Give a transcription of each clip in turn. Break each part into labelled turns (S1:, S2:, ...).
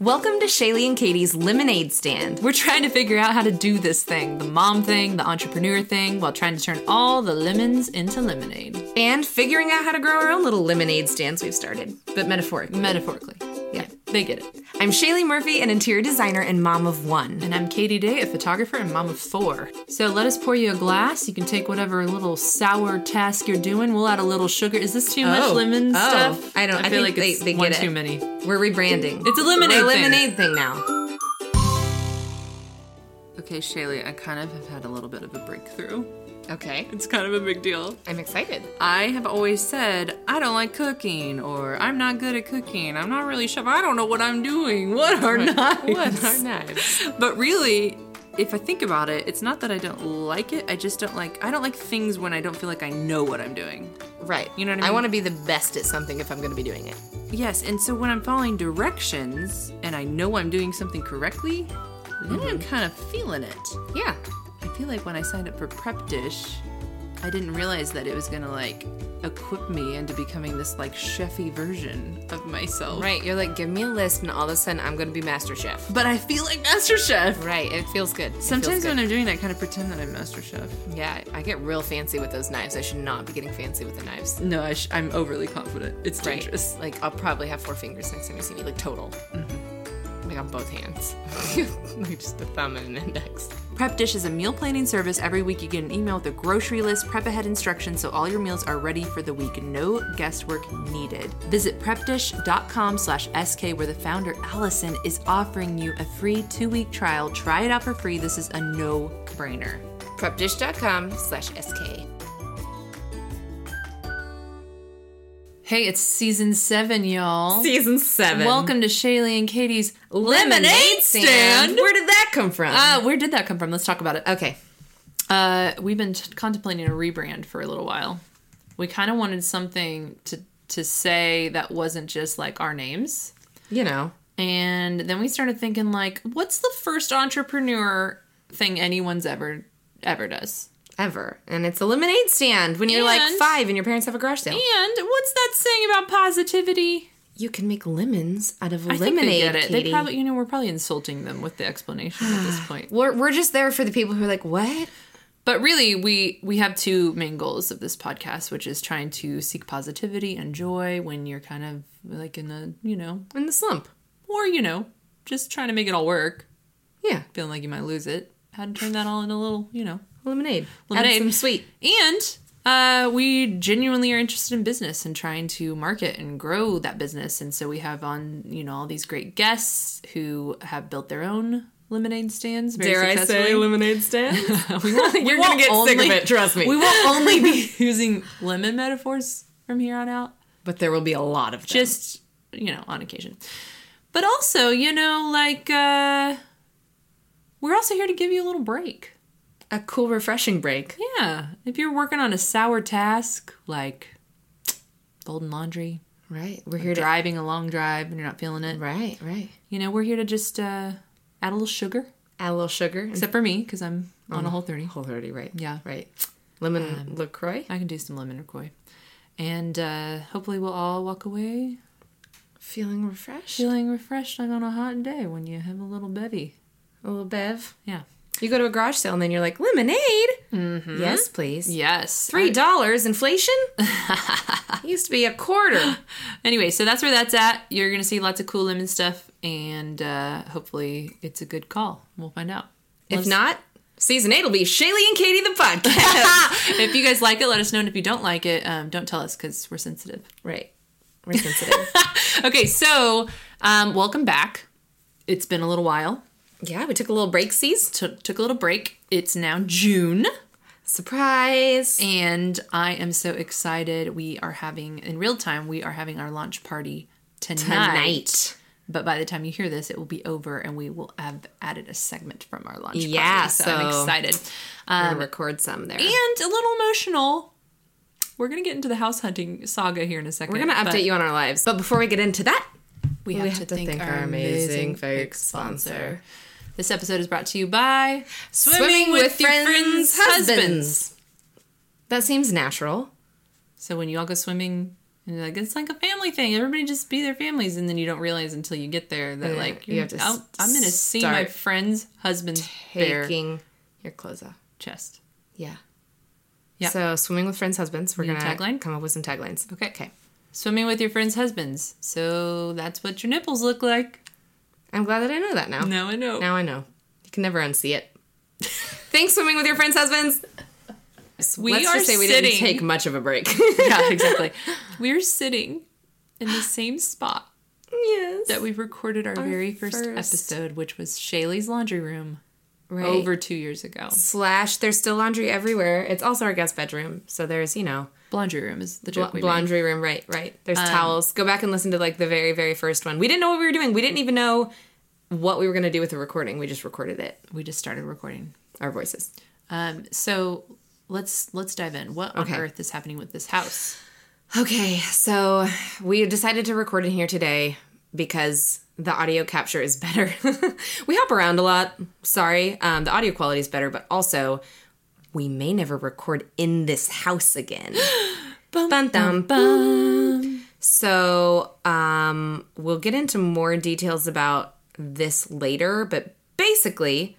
S1: Welcome to Shaylee and Katie's Lemonade Stand. We're trying to figure out how to do this thing the mom thing, the entrepreneur thing, while trying to turn all the lemons into lemonade.
S2: and figuring out how to grow our own little lemonade stands we've started, but metaphorically.
S1: Metaphorically. Yeah, they get it.
S2: I'm Shaylee Murphy, an interior designer and mom of one.
S1: And I'm Katie Day, a photographer and mom of four. So let us pour you a glass. You can take whatever little sour task you're doing. We'll add a little sugar. Is this too much
S2: Oh.
S1: lemon
S2: Oh.
S1: stuff?
S2: I don't- I think
S1: feel like
S2: they-
S1: it's
S2: they
S1: one
S2: get it.
S1: too many.
S2: We're rebranding.
S1: It's a lemonade
S2: We're a
S1: thing.
S2: lemonade thing now.
S1: Okay, Shaylee, I kind of have had a little bit of a breakthrough.
S2: Okay.
S1: It's kind of a big deal.
S2: I'm excited.
S1: I have always said, I don't like cooking, or I'm not good at cooking, I'm not really sure, I don't know what I'm doing. What are knives?
S2: What are knives?
S1: But really, if I think about it, it's not that I don't like it, I just don't like, I don't like things when I don't feel like I know what I'm doing.
S2: Right.
S1: You know what I
S2: I
S1: mean?
S2: want to be the best at something if I'm going to be doing it.
S1: Yes, and so when I'm following directions and I know I'm doing something correctly, then I'm
S2: Mm-hmm.
S1: kind of feeling it.
S2: Yeah.
S1: I feel like when I signed up for Prep Dish, I didn't realize that it was gonna like equip me into becoming this like chefy version of myself.
S2: Right. You're like, give me a list, and all of a sudden I'm going to be Master Chef.
S1: But I feel like Master Chef.
S2: Right. It feels good. It
S1: Sometimes
S2: feels good.
S1: when I'm doing that, I kind of pretend that I'm Master Chef.
S2: Yeah, I get real fancy with those knives. I should not be getting fancy with the knives.
S1: No, I sh- I'm overly confident. It's
S2: Right.
S1: dangerous.
S2: Like I'll probably have four fingers next time you see me, like total. Like on both hands. like just the thumb and an index.
S1: Prep Dish is a meal planning service. Every week you get an email with a grocery list, prep ahead instructions so all your meals are ready for the week. No guesswork needed. Visit prepdish.com slash SK where the founder Allison is offering you a free two-week trial. Try it out for free. This is a no-brainer.
S2: Prepdish.com slash SK.
S1: Hey, it's season seven, y'all.
S2: Season seven.
S1: Welcome to Shaylee and Katie's
S2: Lemonade stand. Where did that come from?
S1: Uh, where did that come from? Let's talk about it.
S2: okay.
S1: Uh, we've been t- contemplating a rebrand for a little while. We kind of wanted something to to say that wasn't just like our names.
S2: You know.
S1: And then we started thinking like, what's the first entrepreneur thing anyone's ever ever does?
S2: Ever. And it's a lemonade stand when you're like
S1: And-
S2: five and your parents have a garage sale.
S1: And what's that saying about positivity?
S2: You can make lemons out of
S1: I
S2: lemonade.
S1: think they get it. They
S2: Katie.
S1: probably, you know, we're probably insulting them with the explanation at this point.
S2: We're, we're just there for the people who are like, what?
S1: But really, we we have two main goals of this podcast, which is trying to seek positivity and joy when you're kind of like in a you know
S2: In the slump.
S1: or you know just trying to make it all work
S2: Yeah.
S1: feeling like you might lose it how to turn that all into a little you know
S2: Lemonade.
S1: Lemonade.
S2: Add some sweet.
S1: and uh, we genuinely are interested in business and trying to market and grow that business and so we have on you know all these great guests who have built their own lemonade stands very successfully.
S2: lemonade stand?
S1: we won't, we
S2: You're gonna get
S1: won't
S2: sick of it, trust me.
S1: we will only be using lemon metaphors from here on out
S2: but there will be a lot of them.
S1: just you know on occasion but also you know like uh we're also here to give you a little break
S2: a cool, refreshing break.
S1: yeah if you're working on a sour task like golden laundry
S2: Right. We're here to.
S1: driving a long drive and you're not feeling it
S2: Right, right.
S1: you know we're here to just uh add a little sugar
S2: Add a little sugar. and
S1: except for me because i'm on a whole 30
S2: Whole 30, right?
S1: Yeah.
S2: Right. Lemon LaCroix?
S1: i can do some lemon LaCroix. and uh hopefully we'll all walk away
S2: Feeling refreshed?
S1: feeling refreshed like on a hot day when you have a little bevy
S2: A little bev.
S1: yeah
S2: You go to a garage sale and then you're like, lemonade? Mm-hmm. Yes, please.
S1: yes
S2: Three dollars inflation? used to be a quarter.
S1: Anyway, so that's where that's at. You're gonna see lots of cool lemon stuff, and uh, hopefully it's a good call. We'll find out.
S2: if not, season eight will be Shaylee and Katie the podcast.
S1: if you guys like it, let us know. And if you don't like it, um, don't tell us because we're sensitive.
S2: right. We're sensitive.
S1: Okay, so um, welcome back. It's been a little while.
S2: yeah, we took a little break season.
S1: Took took a little break. It's now June,
S2: Surprise.
S1: and I am so excited. We are having in real time. We are having our launch party tonight.
S2: Tonight.
S1: But by the time you hear this, it will be over, and we will have added a segment from our launch.
S2: Yeah,
S1: party, so, I'm
S2: so-
S1: excited Um,
S2: I'm gonna record some there.
S1: and a little emotional. We're gonna get into the house hunting saga here in a second.
S2: We're gonna update you on our lives. But before we get into that,
S1: We have, to, thank, our amazing fake sponsor. This episode is brought to you by Swimming, with, Your Friends' Husbands.
S2: That seems natural.
S1: So when you all go swimming And you're like, it's like a family thing. Everybody just be their families. And then you don't realize until you get there that,
S2: And
S1: like,
S2: you
S1: you're-
S2: have to
S1: I'll- I'm going to see my
S2: start
S1: friend's husband's bare
S2: Taking your clothes off.
S1: chest.
S2: Yeah.
S1: Yeah.
S2: So swimming with friends' husbands. We're
S1: Need a
S2: gonna
S1: tagline?
S2: come up with some taglines.
S1: Okay. Okay. Swimming with your friend's husbands. So that's what your nipples look like.
S2: I'm glad that I know that now.
S1: Now I know.
S2: Now I know. You can never unsee it. Thanks, swimming with your friends' husbands.
S1: we
S2: Let's
S1: are
S2: just say we
S1: sitting.
S2: didn't take much of a break.
S1: yeah, exactly. We're sitting in the same spot
S2: yes.
S1: that we recorded our, very first,
S2: first.
S1: episode, which was Shaylee's laundry room
S2: right.
S1: over two years ago.
S2: slash. There's still laundry everywhere. It's also our guest bedroom. So there's you know
S1: Laundry room is the joke.
S2: Bl-
S1: we made. Um,
S2: laundry room, right, right. There's towels. Go back and listen to like the very, very first one. We didn't know what we were doing. We didn't even know what we were going to do with the recording. We just recorded it,
S1: We just started recording.
S2: our voices.
S1: Um, so let's let's dive in. What on
S2: Okay.
S1: earth is happening with this house?
S2: Okay, so we decided to record in here today because the audio capture is better. we hop around a lot. Sorry. Um, the audio quality is better, but also we may never record in this house again. Bum, dum, So um, we'll get into more details about this later, but basically,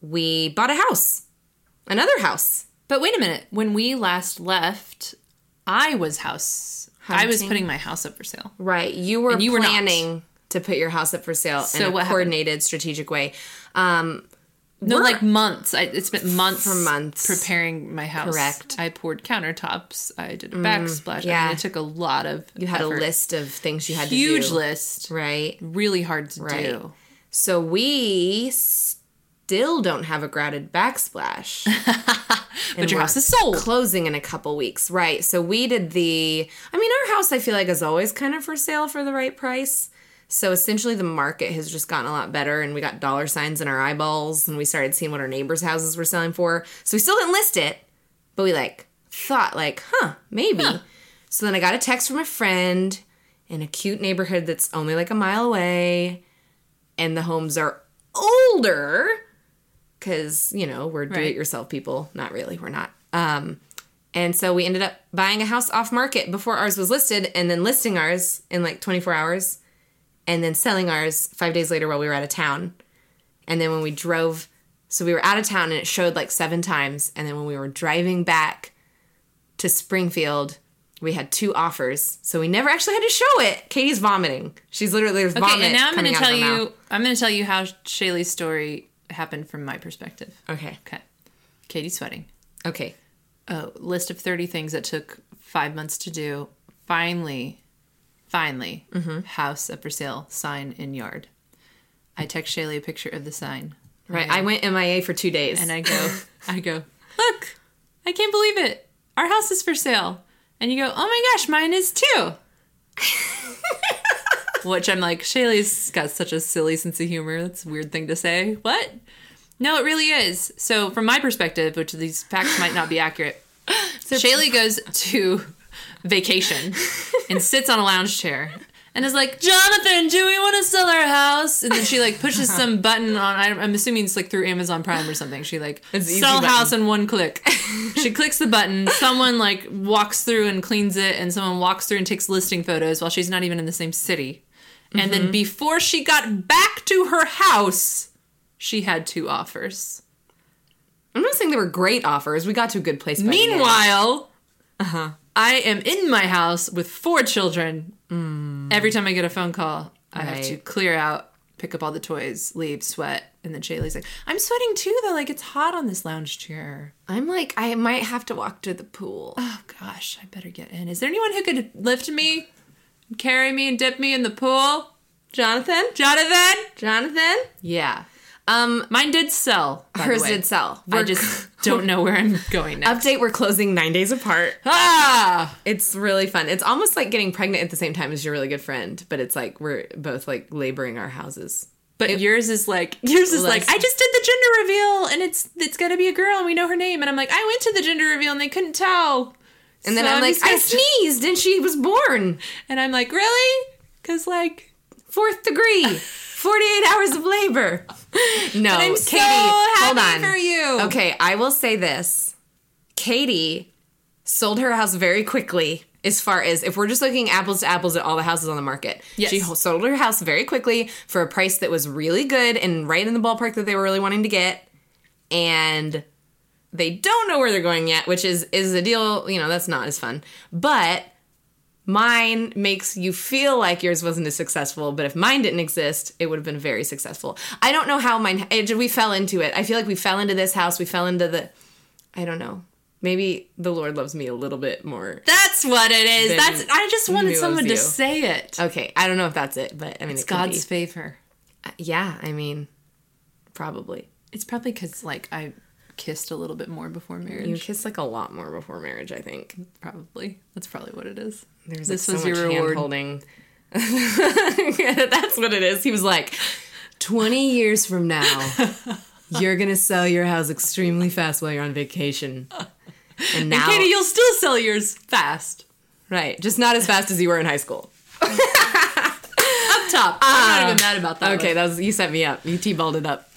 S2: we bought a house, another house.
S1: But wait a minute. When we last left, I was house. I was
S2: Hunting.
S1: putting my house up for sale.
S2: Right. You were
S1: you were not.
S2: planning to put your house up for sale
S1: So
S2: in a
S1: what happened?
S2: coordinated, strategic way. Um,
S1: No,
S2: We're-
S1: like months. I, it's been months
S2: For months.
S1: preparing my house.
S2: Correct. Mm,
S1: I poured countertops. I did a backsplash. Yeah, I
S2: yeah.
S1: mean, it took a lot of.
S2: you had
S1: effort.
S2: a list of things you had
S1: huge
S2: to do.
S1: list.
S2: Right.
S1: Really hard to
S2: Right.
S1: do.
S2: So we still don't have a grouted backsplash.
S1: But your
S2: we're
S1: house is sold.
S2: Closing in a couple weeks. Right. So we did the, I mean, our house, I feel like, is always kind of for sale for the right price. So essentially, the market has just gotten a lot better, and we got dollar signs in our eyeballs, and we started seeing what our neighbors' houses were selling for. So we still didn't list it, but we like thought, like, huh, maybe. So then I got a text from a friend in a cute neighborhood that's only like a mile away, and the homes are older because you know we're do-it-yourself people. Not really, we're not. Um, and so we ended up buying a house off market before ours was listed, and then listing ours in like 24 hours and then selling ours five days later while we were out of town. And then when we drove, so we were out of town and it showed like seven times. And then when we were driving back to Springfield, we had two offers. So we never actually had to show it. Katie's vomiting. She's literally there's vomit.
S1: Okay, and now I'm
S2: coming
S1: going to
S2: out of
S1: tell
S2: her
S1: you.
S2: mouth.
S1: I'm going to tell you how Shaylee's story happened from my perspective.
S2: Okay.
S1: Okay, Katie's sweating.
S2: Okay.
S1: Oh, list of 30 things that took five months to do. Finally, finally,
S2: Mm-hmm.
S1: house up for sale, sign in yard. I text Shaylee a picture of the sign
S2: Right. I went MIA for two days.
S1: and I go, I go, look, I can't believe it. Our house is for sale. And you go, oh my gosh, mine is too. Which I'm like, Shaylee's got such a silly sense of humor. That's a weird thing to say. What? No, it really is. So, from my perspective, which these facts might not be accurate, Shaylee goes to vacation and sits on a lounge chair and is like, Jonathan, do we want to sell our house? And then she like pushes some button on, I don't- I'm assuming it's like through Amazon Prime or something. She like,
S2: It's an easy
S1: sell
S2: button.
S1: house in one click. she clicks the button, someone like walks through and cleans it, and someone walks through and takes listing photos while she's not even in the same city. And
S2: Mm-hmm.
S1: then before she got back to her house, she had two offers.
S2: I'm not saying they were great offers. We got to a good place. by the end.
S1: Meanwhile, uh-huh, I am in my house with four children. Every time I get a phone call, I have to
S2: Hmm. Right.
S1: clear out, pick up all the toys, leave, sweat, and then Shaylee's like, "I'm sweating too, though. Like it's hot on this lounge chair.
S2: I'm like, I might have to walk to the pool.
S1: Oh gosh, I better get in. Is there anyone who could lift me, carry me, and dip me in the pool,
S2: Jonathan?
S1: Jonathan?"
S2: Jonathan?
S1: Yeah,
S2: Um,
S1: mine did sell. by the
S2: Hers
S1: way.
S2: did sell.
S1: I
S2: We're-
S1: just don't know where I'm going now.
S2: Update we're closing nine days apart.
S1: Ah.
S2: It's really fun. It's almost like getting pregnant at the same time as your really good friend, but it's like we're both like laboring our houses.
S1: But yours is like yours is
S2: Less-
S1: like I just did the gender reveal and it's it's gonna be a girl and we know her name and I'm like I went to the gender reveal and they couldn't tell.
S2: And then
S1: So
S2: I'm like,
S1: just
S2: I
S1: gonna-
S2: sneezed and she was born.
S1: and I'm like really because like
S2: Fourth degree. 48 hours of labor. No,
S1: I'm
S2: Katie,
S1: so happy
S2: hold on.
S1: for you.
S2: Okay, I will say this. Katie sold her house very quickly as far as if we're just looking apples to apples at all the houses on the market.
S1: Yes.
S2: She sold her house very quickly for a price that was really good and right in the ballpark that they were really wanting to get. And they don't know where they're going yet, which is is a deal, you know, that's not as fun. But mine makes you feel like yours wasn't as successful, but if mine didn't exist, it would have been very successful. I don't know how mine it, we fell into it. I feel like we fell into this house, we fell into the I don't know. Maybe the Lord loves me a little bit more
S1: That's what it is.
S2: Then
S1: That's I just wanted
S2: knew
S1: someone
S2: it
S1: to
S2: was you.
S1: say it.
S2: Okay, I don't know if that's it, but I mean,
S1: It's
S2: it could
S1: God's uh, favor.
S2: be. Yeah, I mean, probably.
S1: It's probably because like I kissed a little bit more before marriage.
S2: You kiss like a lot more before marriage. I think
S1: Probably that's probably what it is.
S2: there's
S1: This
S2: like,
S1: was
S2: so
S1: your
S2: much
S1: reward.
S2: holding. that's what it is. He was like, twenty years from now, you're gonna sell your house extremely fast while you're on vacation. And now,
S1: Katie, you'll still sell yours fast.
S2: right, just not as fast as you were in high school.
S1: Up top. I'm not even mad about that.
S2: Okay,
S1: one.
S2: that was you set me up. You t-balled it up.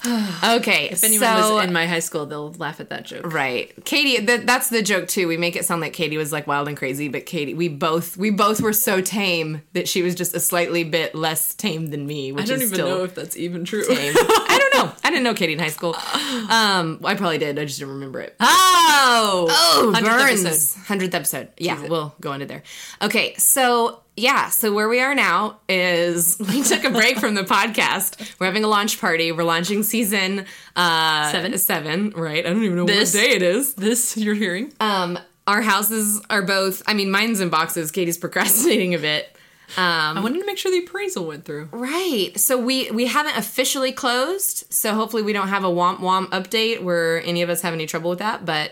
S2: Okay,
S1: If anyone was in my high school, they'll laugh at that joke.
S2: Right. Katie, th- that's the joke too. We make it sound like Katie was like wild and crazy, but Katie, we both we both were so tame that she was just a slightly bit less tame than me, which
S1: I don't
S2: is
S1: even
S2: still
S1: know if that's even true.
S2: tame. I don't know. I didn't know Katie in high school. Um, I probably did. I just didn't remember it.
S1: Oh,
S2: Oh,
S1: 100th
S2: Burns.
S1: episode.
S2: 100th episode. Yeah, we'll go into there. Okay, so yeah, so where we are now is we took a break from the podcast. We're having a launch party. We're launching season uh,
S1: Seven.
S2: Seven, right? I don't even know
S1: This-
S2: what day it is.
S1: this you're hearing.
S2: Um, our houses are both. I mean, mine's in boxes. Katie's procrastinating a bit.
S1: I wanted to make sure the appraisal went through.
S2: Right. So we we haven't officially closed. So hopefully we don't have a womp womp update where any of us have any trouble with that. But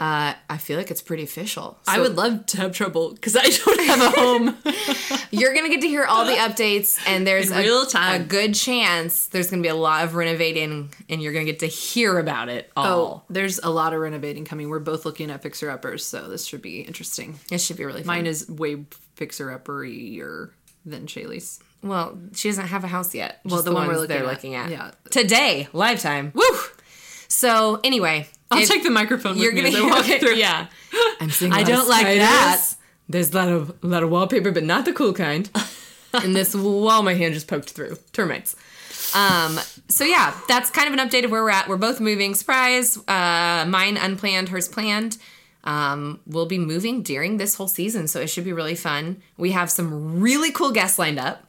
S2: uh, I feel like it's pretty official.
S1: I
S2: So
S1: would love to have trouble because I don't have a home.
S2: You're gonna get to hear all the updates, and there's
S1: In
S2: a,
S1: real time.
S2: a good chance there's gonna be a lot of renovating, and you're gonna get to hear about it
S1: oh,
S2: all.
S1: there's a lot of renovating coming. We're both looking at fixer uppers, so this should be interesting.
S2: It should be really fun.
S1: Mine is way fixer upperier than Shaylee's.
S2: Well, she doesn't have a house yet. Well,
S1: Just
S2: the,
S1: the
S2: one we're
S1: ones
S2: looking, they're
S1: at.
S2: looking at.
S1: Yeah.
S2: Today, live time. Woo! So anyway,
S1: I'll
S2: if-
S1: take the microphone. With
S2: You're
S1: me
S2: gonna
S1: as I walk
S2: hear
S1: through.
S2: it. Yeah. I'm seeing.
S1: I don't like that.
S2: There's a lot of lot of wallpaper, but not the cool kind. and this wall, my hand just poked through. Termites. Um. So yeah, that's kind of an update of where we're at. We're both moving. Surprise. Uh, mine unplanned, hers planned. Um, we'll be moving during this whole season, so it should be really fun. We have some really cool guests lined up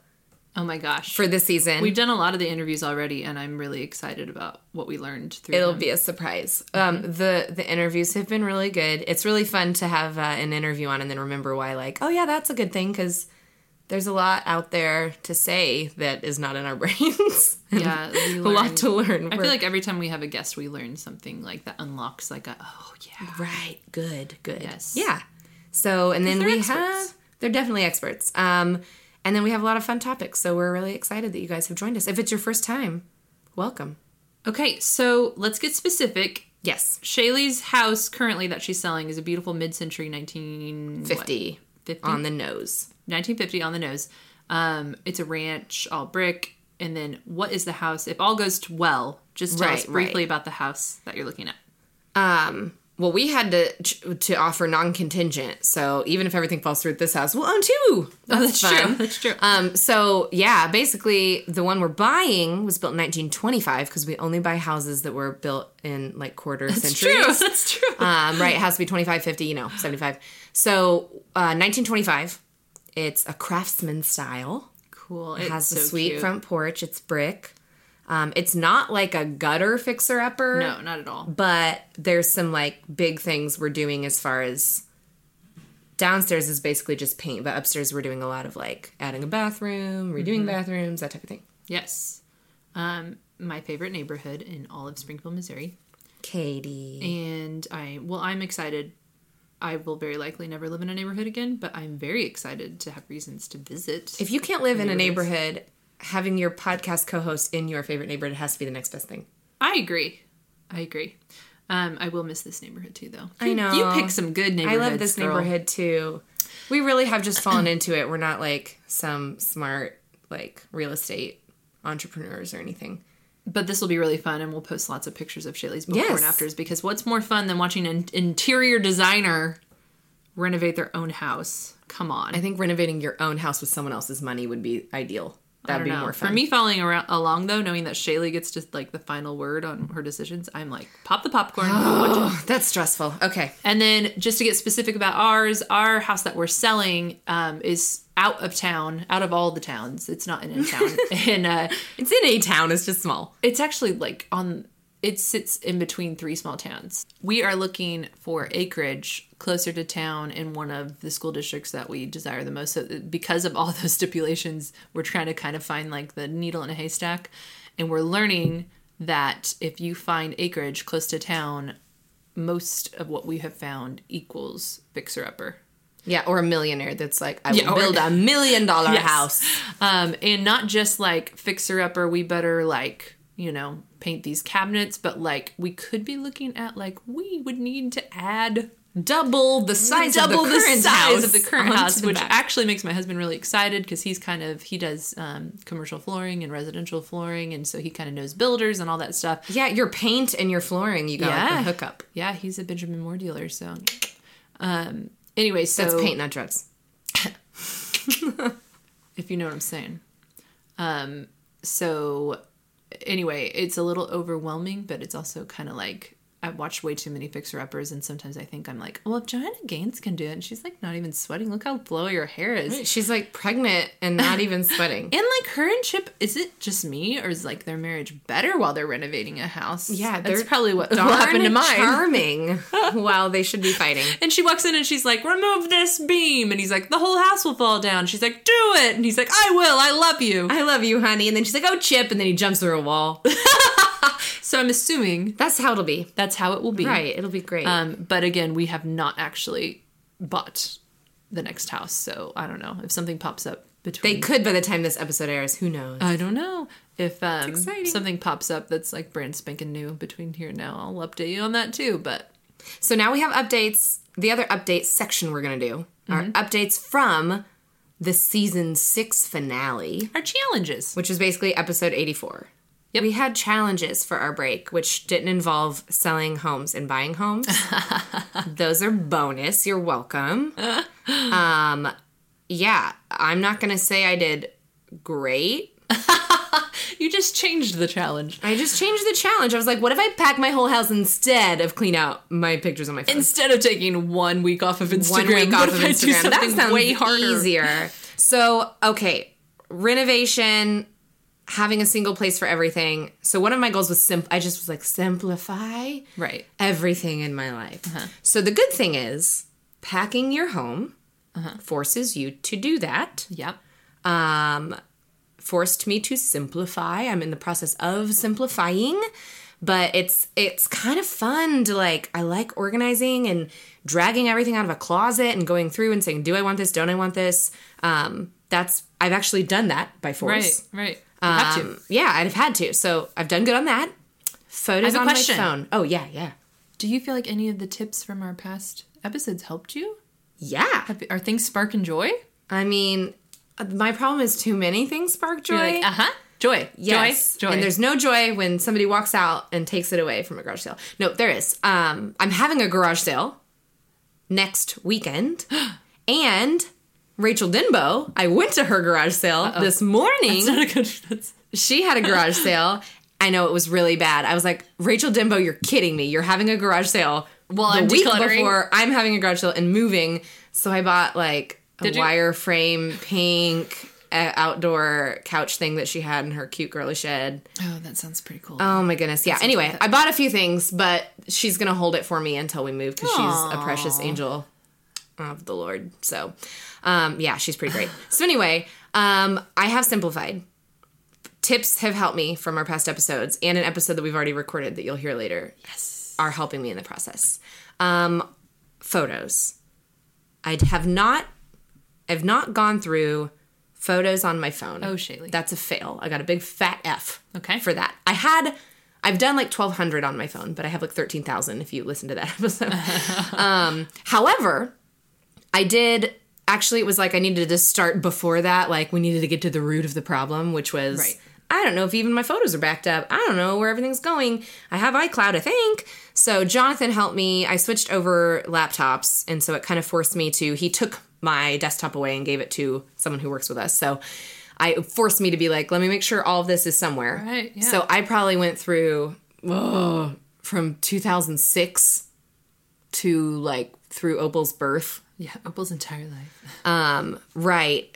S1: Oh my gosh.
S2: for this season.
S1: We've done a lot of the interviews already, and I'm really excited about what we learned through.
S2: It'll
S1: them.
S2: be a surprise. Um, the the interviews have been really good. It's really fun to have uh, an interview on and then remember why. Like, oh yeah, that's a good thing because there's a lot out there to say that is not in our brains. And
S1: Yeah, we
S2: a lot
S1: learned-
S2: to learn.
S1: I feel like every time we have a guest, we learn something like that unlocks like a oh yeah.
S2: right, good, good.
S1: Yes.
S2: yeah. So and then
S1: they're
S2: we
S1: experts.
S2: have they're definitely experts. Um, and then we have a lot of fun topics. So we're really excited that you guys have joined us. If it's your first time, welcome.
S1: Okay, so let's get specific.
S2: Yes,
S1: Shaylee's house currently that she's selling is a beautiful mid-century 19 what?
S2: fifty
S1: 50?
S2: on the nose.
S1: 1950 on the nose. Um, it's a ranch, all brick. And then what is the house? If all goes to well, just tell us
S2: Right, right.
S1: briefly about the house that you're looking at.
S2: um well we had to to offer non-contingent so even if everything falls through at this house we'll own two Oh,
S1: that's true. That's true.
S2: um so yeah basically the one we're buying was built in 1925 because we only buy houses that were built in like quarter centuries
S1: That's true.
S2: um, right, it has to be 25, 50, you know, 75. So, uh, 1925. It's a craftsman style.
S1: cool.
S2: It
S1: it's
S2: has a
S1: so
S2: sweet
S1: cute.
S2: front porch. It's brick. Um, it's not like a gutter fixer upper
S1: No, not at all.
S2: but there's some like big things we're doing as far as downstairs is basically just paint, but upstairs we're doing a lot of like adding a bathroom, redoing bathrooms, that type of thing.
S1: Yes. Um, my favorite neighborhood in all of Springfield, Missouri.
S2: Katie.
S1: And I, well, I'm excited. I will very likely never live in a neighborhood again, but I'm very excited to have reasons to visit.
S2: If you can't live in a neighborhood, having your podcast co host in your favorite neighborhood has to be the next best thing.
S1: I agree. I agree. Um, I will miss this neighborhood too, though.
S2: I
S1: You-
S2: know.
S1: You pick some good
S2: I
S1: neighborhoods.
S2: love this
S1: girl.
S2: neighborhood too. We really have just fallen into it. We're not like some smart, like real estate entrepreneurs or anything.
S1: But this will be really fun, and we'll post lots of pictures of Shaylee's before
S2: Yes.
S1: and afters because what's more fun than watching an interior designer renovate their own house. Come on.
S2: I think renovating your own house with someone else's money would be ideal.
S1: I
S2: That'd
S1: don't
S2: be
S1: know.
S2: more fun.
S1: For me following around along though, knowing that Shaylee gets just like the final word on her decisions, I'm like, pop the popcorn, watch it.
S2: Oh, that's stressful. Okay.
S1: And then just to get specific about ours, our house that we're selling um, is out of town, out of all the towns. It's not in a town. and uh,
S2: It's in a town, it's just small.
S1: it's actually like on, it sits in between three small towns. We are looking for acreage closer to town in one of the school districts that we desire the most. So because of all those stipulations, we're trying to kind of find like the needle in a haystack. And we're learning that if you find acreage close to town, most of what we have found equals fixer upper.
S2: Yeah, or a millionaire that's like, I will
S1: Yeah, or-
S2: build a million dollar
S1: Yes.
S2: house.
S1: Um, and not just like fixer upper, we better like, you know, paint these cabinets, but like we could be looking at like we would need to add
S2: Double the size
S1: double
S2: of
S1: the,
S2: the current
S1: size
S2: house
S1: of the current
S2: onto
S1: house,
S2: the
S1: which
S2: back.
S1: actually makes my husband really excited because he's kind of he does um, commercial flooring and residential flooring, and so he kind of knows builders and all that stuff.
S2: yeah, your paint and your flooring, you got like,
S1: Yeah.
S2: the hookup.
S1: Yeah, he's a Benjamin Moore dealer, so. Um, anyway, so
S2: That's paint, not drugs.
S1: if you know what I'm saying. Um, so anyway, it's a little overwhelming, but it's also kind of like I've watched way too many fixer uppers, and sometimes I think I'm like, well, if Joanna Gaines can do it, and she's like not even sweating, look how blowy her hair is.
S2: She's like pregnant and not even sweating.
S1: And like her and Chip, is it just me or is like their marriage better while they're renovating a house?
S2: Yeah,
S1: that's
S2: they're
S1: probably what
S2: Darn
S1: happened to mine.
S2: charming. While they should be fighting.
S1: And she walks in and she's like, "Remove this beam," and he's like, "The whole house will fall down." She's like, "Do it," and he's like, "I will. I love you."
S2: I love you, honey. And then she's like, oh, Chip. And then he jumps through a wall.
S1: So I'm assuming
S2: That's how it'll be.
S1: that's how it will be.
S2: Right. It'll be great.
S1: Um, but again, we have not actually bought the next house, so I don't know if something pops up between.
S2: they could by the time this episode airs. Who knows?
S1: I don't know if um,
S2: exciting.
S1: something pops up that's like brand spanking new between here and now. I'll update you on that too. But
S2: So now we have updates. The other update section we're going to do are updates from the season six finale,
S1: our challenges.
S2: which is basically episode 84.
S1: Yep.
S2: We had challenges for our break, which didn't involve selling homes and buying homes. Those are bonus. You're welcome. um, yeah, I'm not going to say I did great.
S1: You just changed the challenge
S2: I just changed the challenge. I was like, what if I pack my whole house instead of clean out my pictures on my phone?
S1: instead of taking one week off of Instagram.
S2: one week
S1: what
S2: off
S1: if
S2: of
S1: I do
S2: Instagram. That
S1: something
S2: sounds
S1: way harder.
S2: easier. So, okay, renovation, having a single place for everything. So, one of my goals was simp. I just was like simplify
S1: Right. Uh-huh.
S2: everything in my life. So, the good thing is packing your home
S1: Uh-huh.
S2: forces you to do that.
S1: Yep.
S2: Um, forced me to simplify. I'm in the process of simplifying, but it's it's kind of fun to like I like organizing and dragging everything out of a closet and going through and saying, "Do I want this? Don't I want this?" Um, that's I've actually done that by
S1: Right.
S2: force.
S1: Right. You have to.
S2: Um, yeah, I'd have had to. So I've done good on that. Photos
S1: a
S2: on
S1: question.
S2: my phone. Oh yeah, yeah,
S1: Do you feel like any of the tips from our past episodes helped you?
S2: yeah.
S1: Have- Are things spark and joy?
S2: I mean, uh, my problem is too many things spark joy.
S1: You're like, uh huh. Joy.
S2: Yes.
S1: Joy. Joy.
S2: And there's no joy when somebody walks out and takes it away from a garage sale. No, there is. Um, I'm having a garage sale next weekend. and Rachel Dinbo, I went to her garage sale this morning.
S1: not a good. That's,
S2: she had a garage sale. I know it was really bad. I was like, Rachel Dimbo, you're kidding me. You're having a garage sale
S1: While
S2: the
S1: I'm
S2: week
S1: decluttering.
S2: before I'm having a garage sale and moving. So I bought like a
S1: Did you-
S2: wireframe pink uh, outdoor couch thing that she had in her cute girly shed.
S1: oh, that sounds pretty cool.
S2: Oh my goodness. Yeah. Anyway, I bought a few things, but she's going to hold it for me until we move because she's a precious angel of the Lord. So, um, yeah, she's pretty great. so, anyway, um, I have simplified. Tips have helped me from our past episodes and an episode that we've already recorded that you'll hear later. Yes. Are helping me in the process. Um, photos. I have not, I've not gone through photos on my phone.
S1: Oh, Shaylee.
S2: That's a fail. I got a big fat F
S1: Okay.
S2: for that. I had I've done like 1200 on my phone, but I have like 13,000 if you listen to that episode. um however, I did actually it was like I needed to start before that, like we needed to get to the root of the problem, which was
S1: Right.
S2: I don't know if even my photos are backed up. I don't know where everything's going. I have iCloud, I think. So Jonathan helped me. I switched over laptops, and so it kind of forced me to. He took my desktop away and gave it to someone who works with us. So I it forced me to be like, let me make sure all of this is somewhere.
S1: Right, yeah.
S2: So I probably went through oh, from 2006 to like through Opal's birth.
S1: Yeah, Opal's entire life.
S2: Um, Right.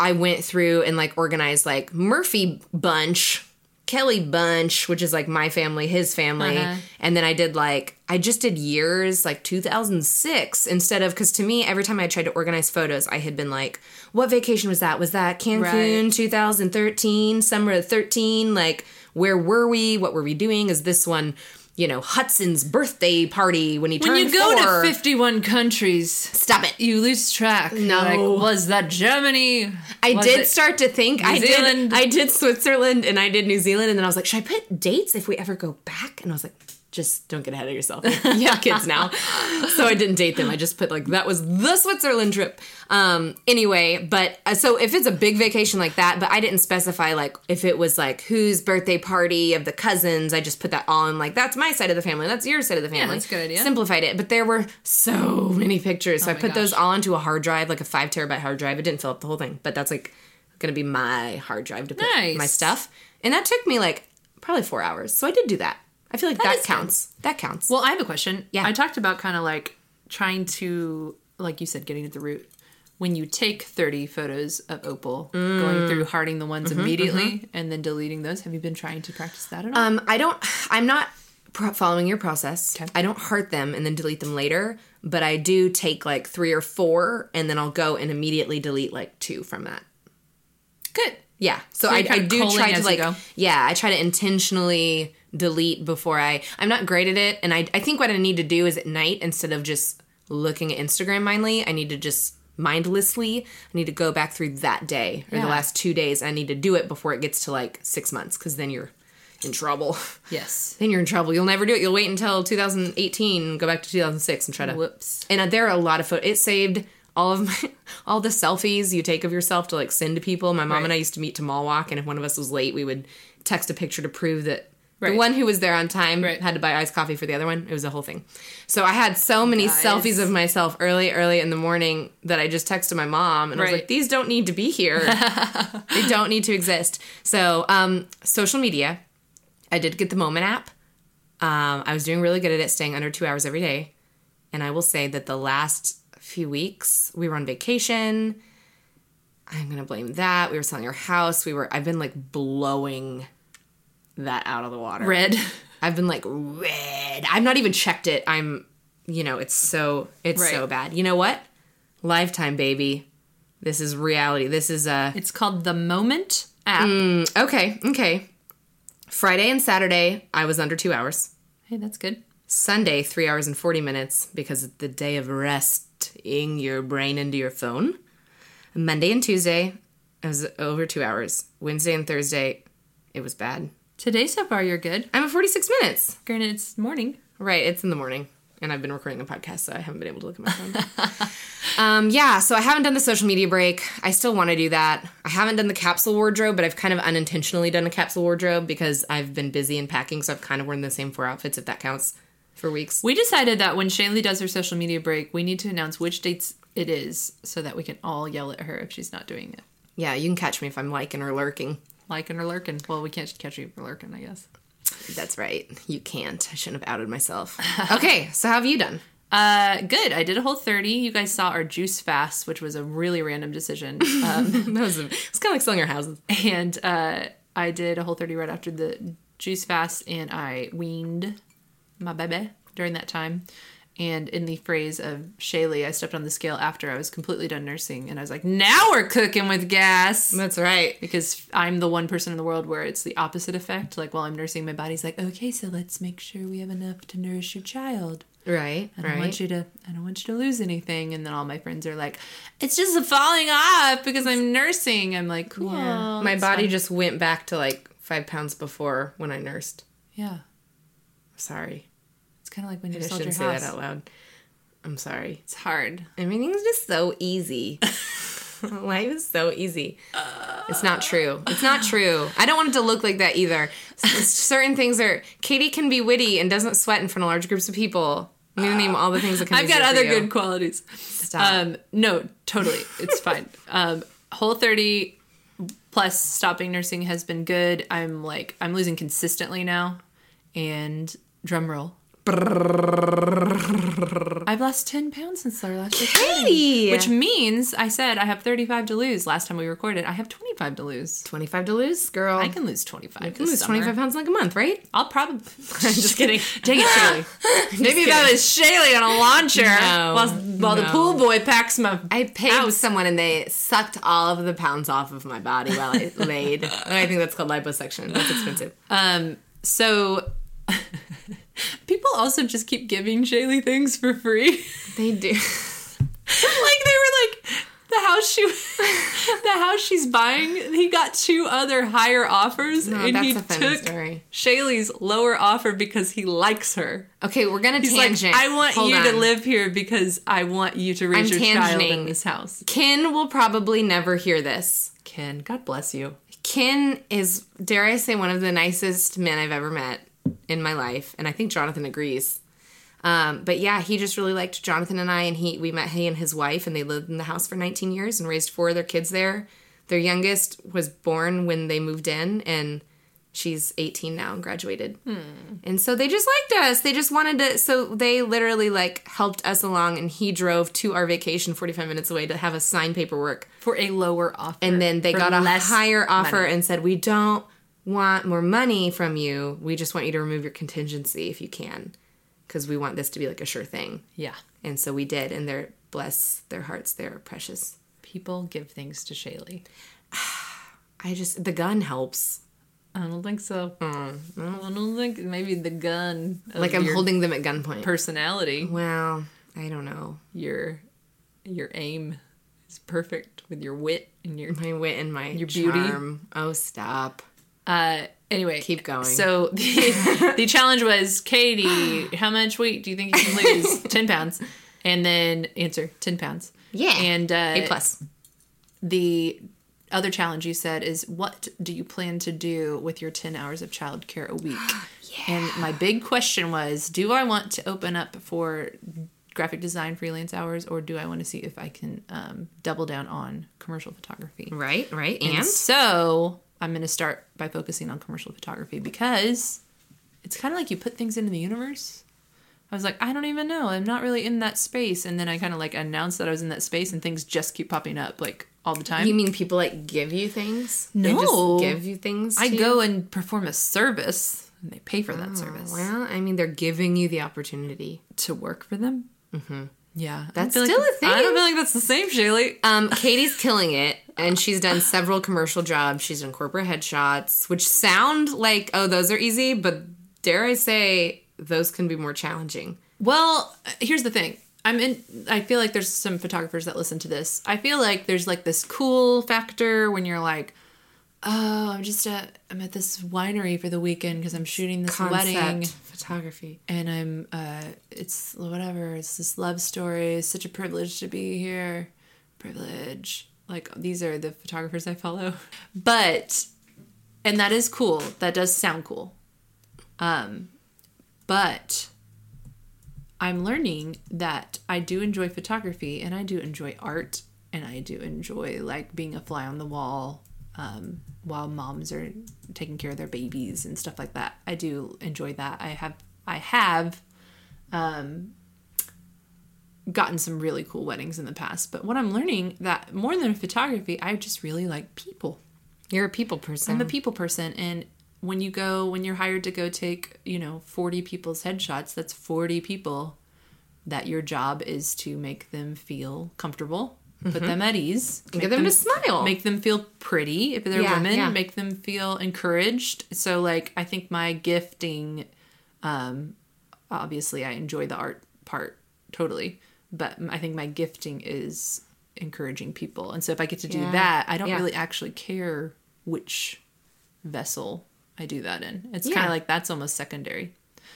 S2: I went through and like organized like Murphy bunch, Kelly bunch, which is like my family, his family.
S1: Uh-huh.
S2: And then I did like, I just did years like 2006 instead of, because to me, every time I tried to organize photos, I had been like, what vacation was that? Was that Cancun 2013, summer of 13? Like, where were we? What were we doing? Is this one, you know, Hudson's birthday party when he
S1: When
S2: turned
S1: you go
S2: four?
S1: to 51 countries,
S2: Stop it.
S1: you lose track. No. Like, was that Germany?
S2: I
S1: Was
S2: did
S1: it-
S2: start to think I did
S1: Zealand?
S2: I did Switzerland and I did New Zealand and then I was like, should I put dates if we ever go back? And I was like, just don't get ahead of yourself. You have kids now. so I didn't date them. I just put like that was the Switzerland trip. Um anyway, but uh, so if it's a big vacation like that, but I didn't specify like if it was like whose birthday party of the cousins, I just put that all in like that's my side of the family, that's your side of the family.
S1: that's a good idea.
S2: Simplified it, but there were so many pictures.
S1: Oh
S2: So I put those all onto a hard drive, like a five terabyte hard drive. It didn't fill up the whole thing, but that's like gonna be my hard drive to put
S1: Nice.
S2: my stuff. And that took me like probably four hours. So I did do that. I feel like that,
S1: is good.
S2: counts. That counts.
S1: Well, I have a question.
S2: Yeah.
S1: I talked about kind of like trying to, like you said, getting at the root. When you take 30 photos of Opal,
S2: Mm.
S1: going through harding the ones
S2: Mm-hmm,
S1: immediately and then deleting those, have you been trying to practice that at all?
S2: Um, I don't. I'm not pro- following your process. I don't heart them and then delete them later. But I do take like three or four, and then I'll go and immediately delete like two from that.
S1: Good.
S2: Yeah. So,
S1: So
S2: I,
S1: you're
S2: I
S1: kinda
S2: do
S1: culling
S2: try to
S1: as you
S2: like
S1: go.
S2: yeah, I try to intentionally delete before I I'm not great at it and I I think what I need to do is at night instead of just looking at Instagram mindly, I need to just mindlessly I need to go back through that day or the
S1: Yeah.
S2: last 2 days. I need to do it before it gets to like 6 months cuz then you're in trouble.
S1: Yes.
S2: then you're in trouble. You'll never do it. You'll wait until 2018, go back to 2006 and try to
S1: Whoops.
S2: and uh, there are a lot of photos. It saved all of my, all the selfies you take of yourself to like send to people. My mom and
S1: Right.
S2: I used to meet to mall walk, and if one of us was late, we would text a picture to prove that
S1: Right.
S2: the one who was there on time
S1: Right.
S2: had to buy iced coffee for the other one. It was a whole thing. So I had so many
S1: Guys.
S2: selfies of myself early, early in the morning that I just texted my mom, and I was
S1: Right.
S2: like, "These don't need to be here. they don't need to exist." So, um, social media. I did get the Moment app. Um, I was doing really good at it, staying under two hours every day. And I will say that the last few weeks we were on vacation. I'm gonna blame that. We were selling our house. We were. I've been like blowing that out of the water.
S1: Red.
S2: I've been like red. I've not even checked it. I'm. You know, it's so it's so
S1: Right.
S2: bad. You know what? Lifetime, baby. This is reality. This is uh
S1: It's called the Moment app.
S2: Mm. okay. Okay. Friday and Saturday, I was under two hours.
S1: Hey, that's good.
S2: Sunday, three hours and 40 minutes because it's the day of resting your brain into your phone. Monday and Tuesday, it was over two hours. Wednesday and Thursday, it was bad.
S1: Today so far you're good.
S2: I'm at 46 minutes.
S1: Granted, it's morning.
S2: Right, it's in the morning. And I've been recording a podcast, so I haven't been able to look at my phone. um, yeah, so I haven't done the social media break. I still want to do that. I haven't done the capsule wardrobe, but I've kind of unintentionally done a capsule wardrobe because I've been busy and packing, so I've kind of worn the same four outfits, if that counts, for weeks.
S1: We decided that when Shaylee does her social media break, we need to announce which dates it is so that we can all yell at her if she's not doing it.
S2: Yeah, you can catch me if I'm liking or lurking.
S1: Liking or lurking. Well, we can't catch you for lurking, I guess.
S2: That's right. You can't. I shouldn't have outed myself. okay, so how have you done?
S1: Uh, good. I did a whole 30. You guys saw our juice fast, which was a really random decision. Um,
S2: that was it's kind of like selling your houses.
S1: and uh, I did a whole 30 right after the juice fast, and I weaned my baby during that time. And in the phrase of Shaylee, I stepped on the scale after I was completely done nursing, and I was like, now we're cooking with gas.
S2: That's right.
S1: because I'm the one person in the world where it's the opposite effect. Like while I'm nursing, my body's like, okay, so let's make sure we have enough to nourish your child.
S2: Right.
S1: I don't
S2: right.
S1: want you to. I don't want you to lose anything. And then all my friends are like, it's just falling off because I'm nursing. I'm like, cool.
S2: Yeah. My
S1: it's
S2: body
S1: fine."
S2: just went back to like five pounds before when I nursed.
S1: Yeah.
S2: Sorry.
S1: It's kind of like when you
S2: I
S1: sold your
S2: shouldn't
S1: house.
S2: say that out loud. I'm sorry.
S1: It's hard.
S2: Everything's just so easy. Life is so easy. It's not true. It's not true. I don't want it to look like that either. S- Certain things are. Katie can be witty and doesn't sweat in front of large groups of people. I'm gonna name all the things that can.
S1: I've
S2: be
S1: got
S2: for
S1: other
S2: you.
S1: good qualities.
S2: Stop.
S1: Um, no, totally. It's fine. Um, Whole 30 plus stopping nursing has been good. I'm like, I'm losing consistently now. And drum roll. I've lost 10 pounds since our last recording.
S2: Katie!
S1: Which means I said I have 35 to lose last time we recorded. I have 25 to lose.
S2: 25 to lose, girl.
S1: I can lose 25.
S2: You can lose 25 pounds in like a month, right?
S1: I'll probably. I'm just kidding. Dang it, Shirley.
S2: Maybe that was Shaylee on a launcher.
S1: No,
S2: while while the
S1: no.
S2: pool boy packs my.
S1: I
S2: paid someone and they sucked all of the pounds off of my body while I laid. I think that's called liposuction. That's expensive.
S1: Um, so people also just keep giving Shaylee things for free.
S2: They do.
S1: like they were like the house she the house she's buying, he got two other higher offers
S2: No,
S1: and
S2: Oh, that's
S1: he
S2: a funny
S1: took
S2: story.
S1: Shaylee's lower offer because he likes her.
S2: Okay, we're gonna
S1: He's
S2: tangent.
S1: like, I want
S2: Hold
S1: you to
S2: on.
S1: live here because I want you to raise
S2: I'm
S1: your child in
S2: tangenting.
S1: this house.
S2: Kin will probably never hear this.
S1: Ken, God bless you.
S2: Kin is, dare I say, one of the nicest men I've ever met in my life, and I think Jonathan agrees. Um, but yeah, he just really liked Jonathan and I, and he we met he and his wife, and they lived in the house for 19 years and raised four of their kids there. Their youngest was born when they moved in, and she's 18 now and graduated. And so they just liked us. They just wanted to. So they literally like helped us along, and he drove to our vacation 45 minutes away to have us sign paperwork
S1: For a lower offer.
S2: and then they
S1: For
S2: got a
S1: less
S2: higher offer
S1: money.
S2: and said we don't want more money from you we just want you to remove your contingency if you can because we want this to be like a sure thing
S1: Yeah.
S2: and so we did and they're bless their hearts they're precious
S1: People give things to Shaylee.
S2: i just the gun helps
S1: I don't think so. Mm, I don't think maybe the gun. of
S2: like i'm
S1: your
S2: holding them at gunpoint
S1: personality.
S2: well i don't know
S1: Your your aim is perfect with your wit and your
S2: my wit and my your
S1: beauty.
S2: charm oh stop
S1: uh anyway.
S2: Keep going.
S1: So the, the challenge was Katie, how much weight do you think you can lose? ten pounds. And then answer, ten pounds.
S2: yeah
S1: And uh
S2: a plus
S1: the other challenge you said is what do you plan to do with your 10 hours of childcare a week? And my big question was do I want to open up for graphic design freelance hours or do I want to see if I can um, double down on commercial photography?
S2: right right
S1: And so I'm going to start by focusing on commercial photography because it's kind of like you put things into the universe. I was like, I don't even know. I'm not really in that space. And then I kind of like announced that I was in that space and things just keep popping up like all the time.
S2: you mean people like give you things They
S1: No.
S2: just give you things
S1: I
S2: to you?
S1: go and perform a service, and they pay for that service
S2: Well, I mean, they're giving you the opportunity.
S1: to work for them. Mm-hmm. Yeah, I
S2: That's
S1: feel like
S2: still a
S1: that's- I don't
S2: thing.
S1: feel like that's the same, Shaylee.
S2: Um, Katie's killing it, and she's done several commercial jobs. She's done corporate headshots, which sound like, oh, those are easy, but dare I say, those can be more challenging.
S1: Well, here's the thing. I'm in. I feel like there's some photographers that listen to this. I feel like there's like this cool factor when you're like, oh, I'm just at I'm at this winery for the weekend because I'm shooting this wedding.
S2: photography.
S1: and I'm uh it's whatever, it's this love story, it's such a privilege to be here. Privilege. Like these are the photographers I follow. But and that is cool. That does sound cool. Um but I'm learning that I do enjoy photography and I do enjoy art and I do enjoy like being a fly on the wall um, while moms are taking care of their babies and stuff like that. I do enjoy that. I have I have um, gotten some really cool weddings in the past, but what I'm learning that more than photography, I just really like people.
S2: You're a people person.
S1: I'm a people person, and when you go, when you're hired to go take, you know, 40 people's headshots, that's 40 people that your job is to make them feel comfortable, put them at ease,
S2: Get Mm-hmm. them to smile.
S1: make them feel pretty if they're
S2: Yeah,
S1: women,
S2: yeah.
S1: make them feel encouraged. So, like, I think my gifting, um, obviously, I enjoy the art part totally, but I think my gifting is encouraging people. And so, if I get to do
S2: Yeah.
S1: that, I don't
S2: Yeah.
S1: really actually care which vessel I do that in. It's
S2: Yeah.
S1: kind of like that's almost secondary.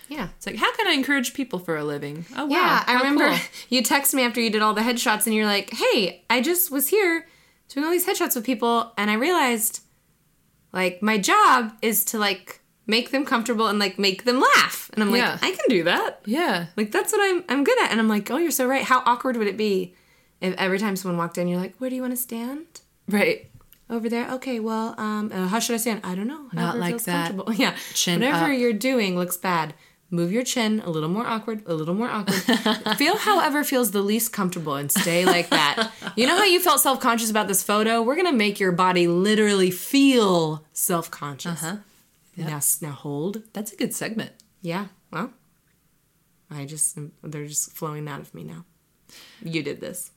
S2: yeah.
S1: It's like, how can I encourage people for a living? Oh, wow.
S2: Yeah, I
S1: how
S2: remember
S1: cool.
S2: you text me after you did all the headshots, and you're like, "Hey, I just was here doing all these headshots with people, and I realized, like, my job is to like make them comfortable and like make them laugh. And I'm like,
S1: Yeah.
S2: I can do that.
S1: Yeah.
S2: Like that's what I'm I'm good at. And I'm like, oh, you're so right. How awkward would it be if every time someone walked in, you're like, where do you want to stand?
S1: Right.
S2: Over there. Okay. Well, um, uh, how should I stand? I don't know. However
S1: like
S2: feels
S1: that.
S2: comfortable. Yeah.
S1: Chin
S2: Whatever
S1: up.
S2: you're doing looks bad. Move your chin a little more awkward, a little more awkward. Feel however feels the least comfortable and stay like that. You know how you felt self conscious about this photo? We're gonna make your body literally feel self conscious. Uh-huh. Now, s- now hold.
S1: That's a good segment.
S2: Yeah. Well, I just um, they're just flowing out of me now. You did this.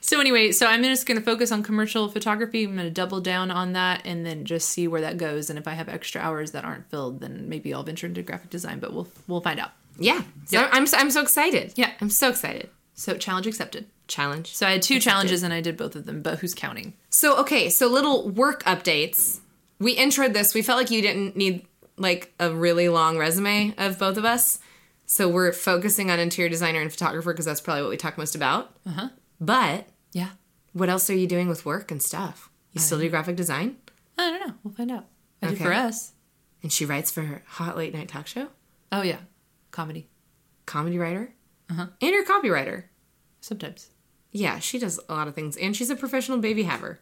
S1: So anyway, so I'm just going to focus on commercial photography. I'm going to double down on that and then just see where that goes. And if I have extra hours that aren't filled, then maybe I'll venture into graphic design. But we'll we'll find out.
S2: Yeah. So I'm s- I'm so excited.
S1: Yeah.
S2: I'm so excited.
S1: So challenge accepted.
S2: Challenge.
S1: So I had two challenges and I did both of them. But who's counting?
S2: So okay, so little work updates. We introed this. We felt like you didn't need like a really long resume of both of us. So we're focusing on interior designer and photographer because that's probably what we talk most about. Uh-huh. But
S1: Yeah.
S2: what else are you doing with work and stuff? You still do graphic design?
S1: I don't know. We'll find out. I do
S2: Okay.
S1: for us.
S2: And she writes for her hot late night talk show?
S1: Oh yeah, comedy
S2: Comedy writer? Uh-huh. And you're a copywriter.
S1: sometimes.
S2: Yeah, she does a lot of things. And she's a professional baby haver.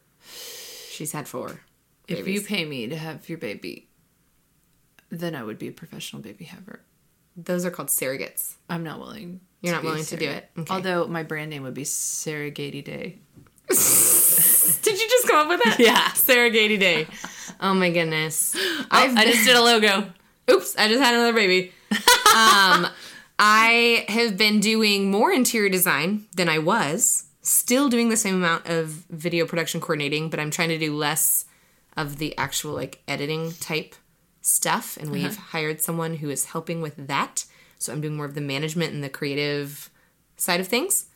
S2: She's had four.
S1: If you pay me to have your baby, then I would be a professional baby haver.
S2: Those are called surrogates.
S1: I'm not willing.
S2: You're not
S1: be a
S2: willing to do
S1: surrogate.
S2: it. Okay.
S1: Although my brand name would be Surrogaty Day.
S2: Did you just come up with that?
S1: Yeah. Oh,
S2: Surrogaty day. Oh my goodness. I've
S1: I
S2: been-
S1: just did a logo.
S2: oops, I just had another baby. Um, I have been doing more interior design than I was. Still doing the same amount of video production coordinating, but I'm trying to do less of the actual like editing type stuff. And we've hired someone who is helping with that. So I'm doing more of the management and the creative side of things.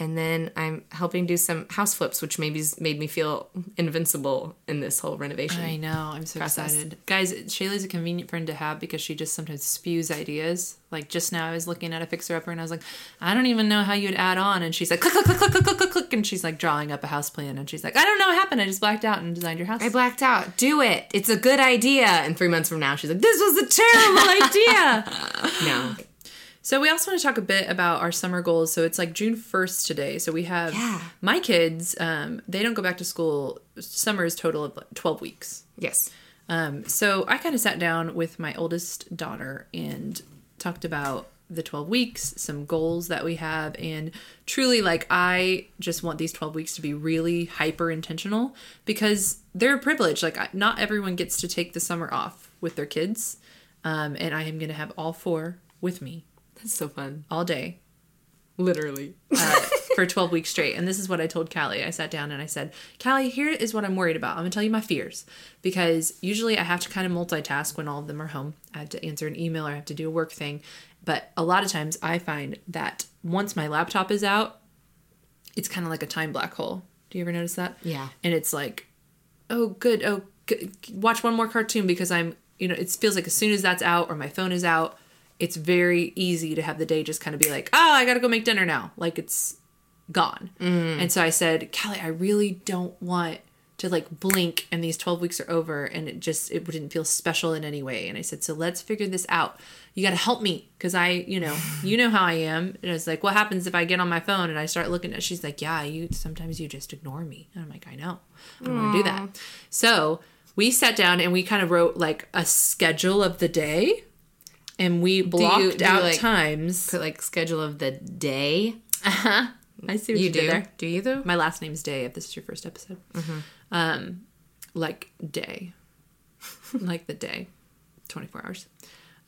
S2: And then I'm helping do some house flips, which maybe's made me feel invincible in this whole renovation.
S1: I know. I'm so
S2: process.
S1: excited. Guys, Shayla's a convenient friend to have because she just sometimes spews ideas. Like just now, I was looking at a fixer upper and I was like, I don't even know how you'd add on. And she's like, click, click, click, click, click, click, click, click. And she's like drawing up a house plan. And she's like, I don't know what happened. I just blacked out and designed your house.
S2: I blacked out. Do it. It's a good idea. And three months from now, she's like, this was a terrible idea. No.
S1: So we also want to talk a bit about our summer goals. So it's like June first today. So we have
S2: Yeah.
S1: my kids. Um, they don't go back to school. Summer is total of like twelve weeks.
S2: Yes.
S1: Um, so I kind of sat down with my oldest daughter and talked about the 12 weeks, some goals that we have, and truly, like, I just want these 12 weeks to be really hyper intentional because they're a privilege. Like, I- not everyone gets to take the summer off with their kids. Um, and I am going to have all four with me
S2: That's so fun.
S1: all day
S2: Literally.
S1: uh, for 12 weeks straight. And this is what I told Callie. I sat down and I said, Callie, here is what I'm worried about. I'm going to tell you my fears because usually I have to kind of multitask when all of them are home. I have to answer an email or I have to do a work thing. But a lot of times I find that once my laptop is out, it's kind of like a time black hole. Do you ever notice that?
S2: Yeah.
S1: And it's like, oh, good. Oh, good. watch one more cartoon because I'm, you know, it feels like as soon as that's out or my phone is out, it's very easy to have the day just kind of be like, oh, I got to go make dinner now. Like it's gone.
S2: Mm.
S1: And so I said, Callie, I really don't want to like blink and these 12 weeks are over and it just it didn't feel special in any way and i said so let's figure this out you got to help me because i you know you know how i am and it's like what happens if i get on my phone and i start looking at she's like yeah you sometimes you just ignore me and i'm like i know i don't want to do that so we sat down and we kind of wrote like a schedule of the day and we blocked
S2: do you,
S1: out
S2: like,
S1: times
S2: Put like schedule of the day.
S1: i see what
S2: You do. Do you though?
S1: My last name's Day. If this is your first episode, um, like day, like the day, twenty four hours.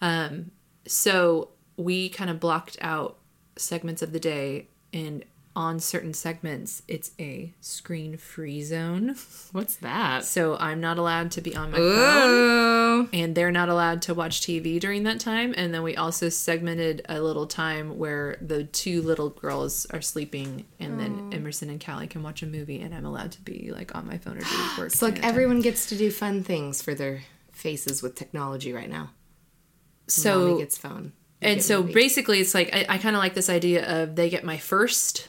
S1: Um, so we kind of blocked out segments of the day, and on certain segments, it's a screen free zone.
S2: What's that?
S1: So I'm not allowed to be on my phone
S2: Oh.
S1: and they're not allowed to watch TV during that time. And then we also segmented a little time where the two little girls are sleeping, and then
S2: Oh.
S1: Emerson and Callie can watch a movie, and I'm allowed to be like on my phone or do work.
S2: It's like
S1: during that time.
S2: everyone gets to do fun things for their faces with technology right now.
S1: so
S2: Mommy gets phone. You
S1: and
S2: get
S1: so
S2: movie.
S1: basically it's like i, I kind of like this idea of they get my first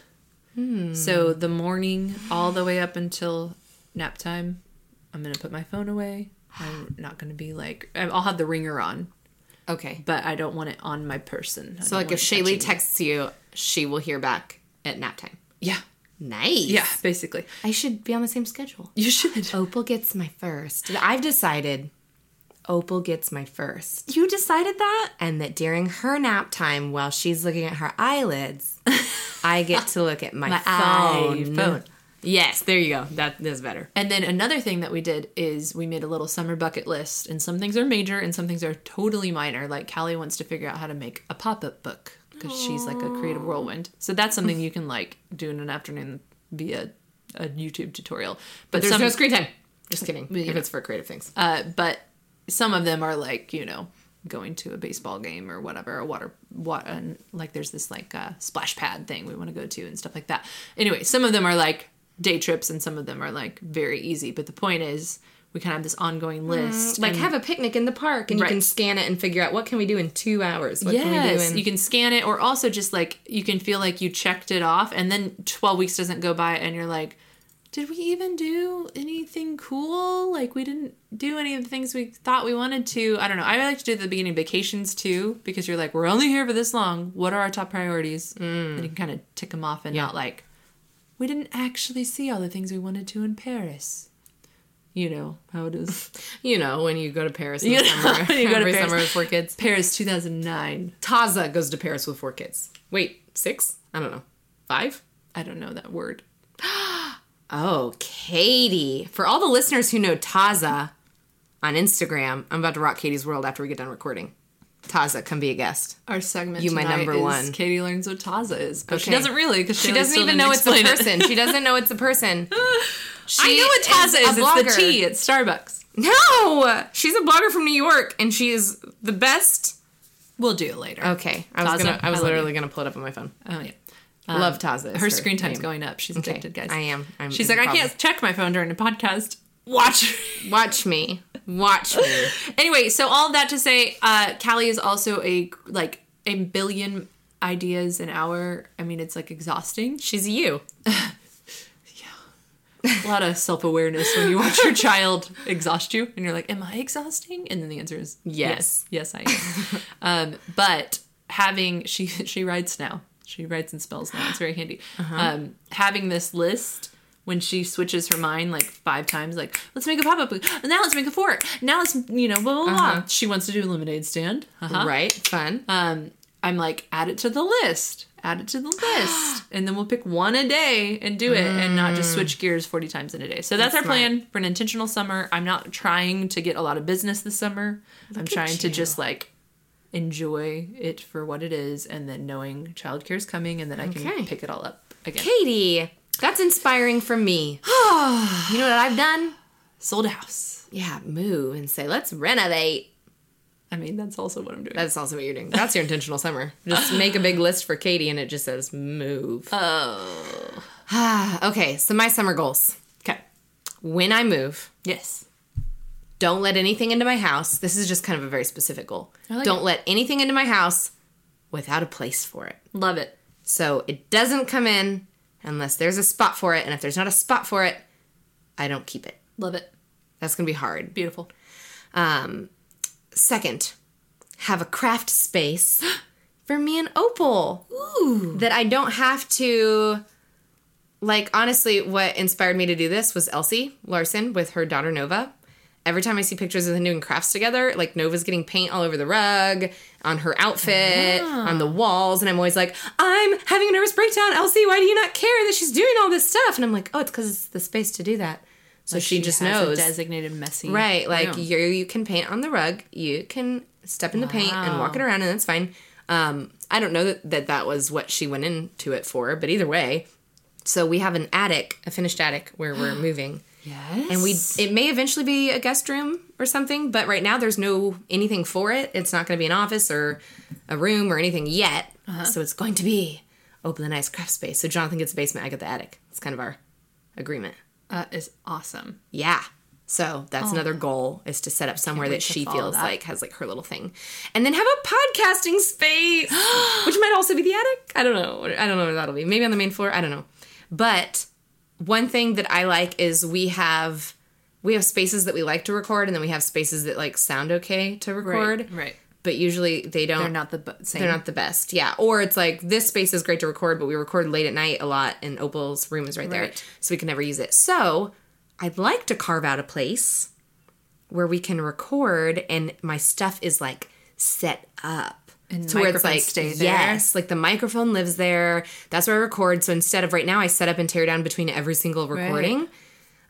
S2: Hmm.
S1: So the morning all the way up until nap time, I'm gonna put my phone away. I'm not gonna be like I- I'll have the ringer on,
S2: Okay.
S1: but I don't want it on my person. I
S2: So
S1: don't
S2: like
S1: want
S2: if
S1: it
S2: Shaylee
S1: touching-
S2: texts you, she will hear back at nap time.
S1: yeah,
S2: Nice.
S1: yeah, basically,
S2: I should be on the same schedule.
S1: you should.
S2: Opal gets my first. I've decided Opal gets my first.
S1: You decided that?
S2: And that during her nap time, while she's looking at her eyelids, I get to look at my, phone.
S1: iPhone.
S2: Yes, there you go. That is better.
S1: And then another thing that we did is we made a little summer bucket list, and some things are major and some things are totally minor. Like Callie wants to figure out how to make a pop up book because she's like a creative whirlwind. So that's something you can like do in an afternoon via a YouTube tutorial. But
S2: There's
S1: some,
S2: no screen time. Just kidding.
S1: Yeah.
S2: If it's for creative things.
S1: uh, but some of them are like you know going to a baseball game or whatever, a water, water and like there's this like uh, splash pad thing we want to go to and stuff like that. Anyway, some of them are like day trips and some of them are like very easy. But the point is, we kind of have this ongoing list.
S2: Mm, like
S1: and-
S2: have a picnic in the park and
S1: Right.
S2: you can scan it and figure out what can we do in two hours what can we do
S1: yes,
S2: in
S1: you can scan it, or also just like you can feel like you checked it off, and then 12 weeks doesn't go by, and you're like, did we even do anything cool? Like, we didn't do any of the things we thought we wanted to. I don't know. I like to do at the beginning vacations too, because you're like, we're only here for this long. What are our top priorities?
S2: Mm.
S1: And you can kind of tick them off and not like, we didn't actually see all the things we wanted to in Paris. You know how it is.
S2: you know when you go to paris in
S1: You
S2: the
S1: know,
S2: summer
S1: when you go to
S2: every
S1: Paris.
S2: summer with four kids
S1: Paris 2009.
S2: taza goes to paris with four kids wait six i don't know five
S1: I don't know that word.
S2: Oh, Katie. For all the listeners who know Taza on Instagram, I'm about to rock Katie's world after we get done recording. Taza, come be a guest.
S1: Our segment
S2: You my
S1: tonight
S2: number
S1: is
S2: one.
S1: Katie learns what Taza is, but she
S2: Okay.
S1: doesn't really because
S2: She doesn't even know it's a person. She doesn't know it's a person.
S1: I
S2: She
S1: know what Taza is.
S2: a
S1: It's
S2: blogger.
S1: the tea at Starbucks.
S2: No! She's a blogger from New York and she is the best.
S1: We'll do it later.
S2: Okay. I was
S1: Taza,
S2: gonna I Uh, was
S1: I love
S2: literally gonna pull it up on my phone.
S1: Oh yeah,
S2: Love Taza. is
S1: her screen time's
S2: name.
S1: going up. She's
S2: Okay.
S1: addicted, guys.
S2: I am. I'm
S1: She's
S2: in
S1: like, I
S2: the
S1: can't check my phone during a podcast. Watch.
S2: Watch me. Watch me.
S1: anyway, so all that to say, uh, Callie is also a like a billion ideas an hour. I mean, it's like exhausting.
S2: She's you.
S1: A lot of self awareness when you watch your child exhaust you, and you're like, "Am I exhausting?" And then the answer is
S2: Yes.
S1: yes, yes, I am. um, but having she she writes now, she writes and spells now. It's very handy. Um, having this list when she switches her mind like five times, like let's make a pop up, now let's make a fork, now let's you know blah blah blah. She wants to do a lemonade stand. Uh-huh.
S2: Right? Fun.
S1: Um, I'm like, add it to the list. Add it to the list, and then we'll pick one a day and do it, and not just switch gears forty times in a day. So that's, our
S2: Mm. That's smart.
S1: plan for an intentional summer. I'm not trying to get a lot of business this summer. I'm trying to
S2: you.
S1: just like enjoy it for what it is, and then knowing childcare is coming, and then I can
S2: Okay.
S1: pick it all up again.
S2: Katie, that's inspiring for me. you know what I've done?
S1: Sold a house.
S2: Yeah, move and say, let's renovate.
S1: I mean, that's also what I'm doing.
S2: That's also what you're doing. That's your intentional summer. Just make a big list for Katie and it just says move.
S1: oh,
S2: okay, so my summer goals.
S1: okay.
S2: When I move,
S1: Yes.
S2: don't let anything into my house. This is just kind of a very specific goal.
S1: I like
S2: don't
S1: it.
S2: let anything into my house without a place for it.
S1: Love it.
S2: So it doesn't come in unless there's a spot for it. And if there's not a spot for it, I don't keep it.
S1: Love it.
S2: That's going to be hard.
S1: Beautiful.
S2: Um, second, have a craft space for me and Opal
S1: Ooh.
S2: that I don't have to. Like, honestly, what inspired me to do this was Elsie Larson with her daughter Nova. Every time I see pictures of them doing crafts together, like Nova's getting paint all over the rug, on her outfit,
S1: Ah.
S2: on the walls, and I'm always like, I'm having a nervous breakdown, Elsie. Why do you not care that she's doing all this stuff? And I'm like, oh, it's because it's the space to do that. So she, just
S1: has a
S2: knows
S1: designated messy
S2: Right, like
S1: room.
S2: you you can paint on the rug, you can step in the paint and walk it around, and that's fine. Um, I don't know that, that that was what she went into it for, but either way, so we have an attic, a finished attic where we're moving,
S1: yes.
S2: and we it may eventually be a guest room or something, but right now there's no anything for it. It's not going to be an office or a room or anything yet, so it's going to be open the nice craft space. So Jonathan gets the basement, I get the attic. It's kind of our agreement.
S1: That is awesome.
S2: Yeah. So that's another goal is to set up somewhere that
S1: Oh. to
S2: she
S1: follow
S2: feels
S1: that.
S2: like has like her little thing, and then have a podcasting space, which might also be the attic. I don't know. I don't know where that'll be. Maybe on the main floor. I don't know. But one thing that I like is we have we have spaces that we like to record, and then we have spaces that like sound okay to record.
S1: right.
S2: But usually they don't.
S1: They're not the bu- same.
S2: They're not the best. Yeah. Or it's like this space is great to record, but we record late at night a lot, and Opal's room is right, there,
S1: Right.
S2: so we can never use it. So I'd like to carve out a place where we can record, and my stuff is like set up.
S1: And the
S2: to where it's
S1: microphones
S2: like
S1: stay there.
S2: yes, like the microphone lives there. That's where I record. So instead of right now, I set up and tear down between every single recording,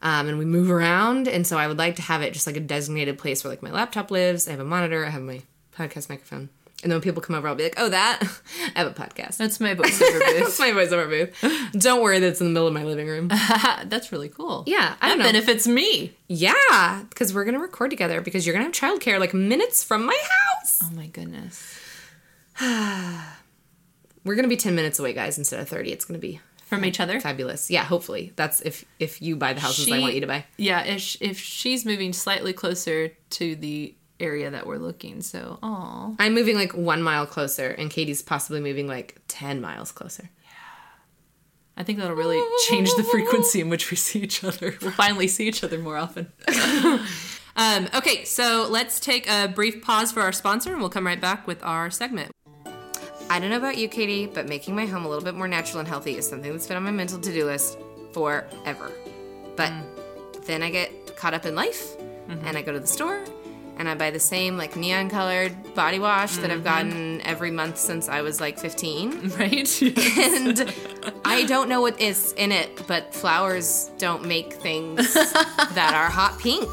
S2: um, and we move around. And so I would like to have it just like a designated place where like my laptop lives. I have a monitor. I have my podcast microphone. And then when people come over, I'll be like, "Oh, that I have a podcast."
S1: That's my voiceover booth.
S2: That's my voiceover booth. Don't worry, that's in the middle of my living room.
S1: That's really cool.
S2: Yeah, I
S1: That
S2: don't know.
S1: benefits me.
S2: yeah, because we're gonna record together because you're gonna have childcare like minutes from my house.
S1: Oh my goodness.
S2: We're gonna be ten minutes away, guys, instead of thirty. It's gonna be
S1: From each other.
S2: fabulous. Yeah, hopefully that's if if you buy the houses I
S1: She-
S2: want you to buy.
S1: Yeah, if, sh- if she's moving slightly closer to the area that we're looking, so oh,
S2: I'm moving like one mile closer, and Katie's possibly moving like ten miles closer.
S1: I think that'll really change the frequency in which we see each other. We'll finally see each other more often.
S3: Um, okay, so let's take a brief pause for our sponsor and we'll come right back with our segment.
S2: I don't know about you, Katie, but making my home a little bit more natural and healthy is something that's been on my mental to do list forever. But
S3: Mm.
S2: then I get caught up in life
S3: Mm-hmm.
S2: and I go to the store and I buy the same like neon colored body wash that
S3: Mm-hmm.
S2: I've gotten every month since I was like 15.
S1: Right?
S2: and I don't know what is in it, but flowers don't make things that are hot pink.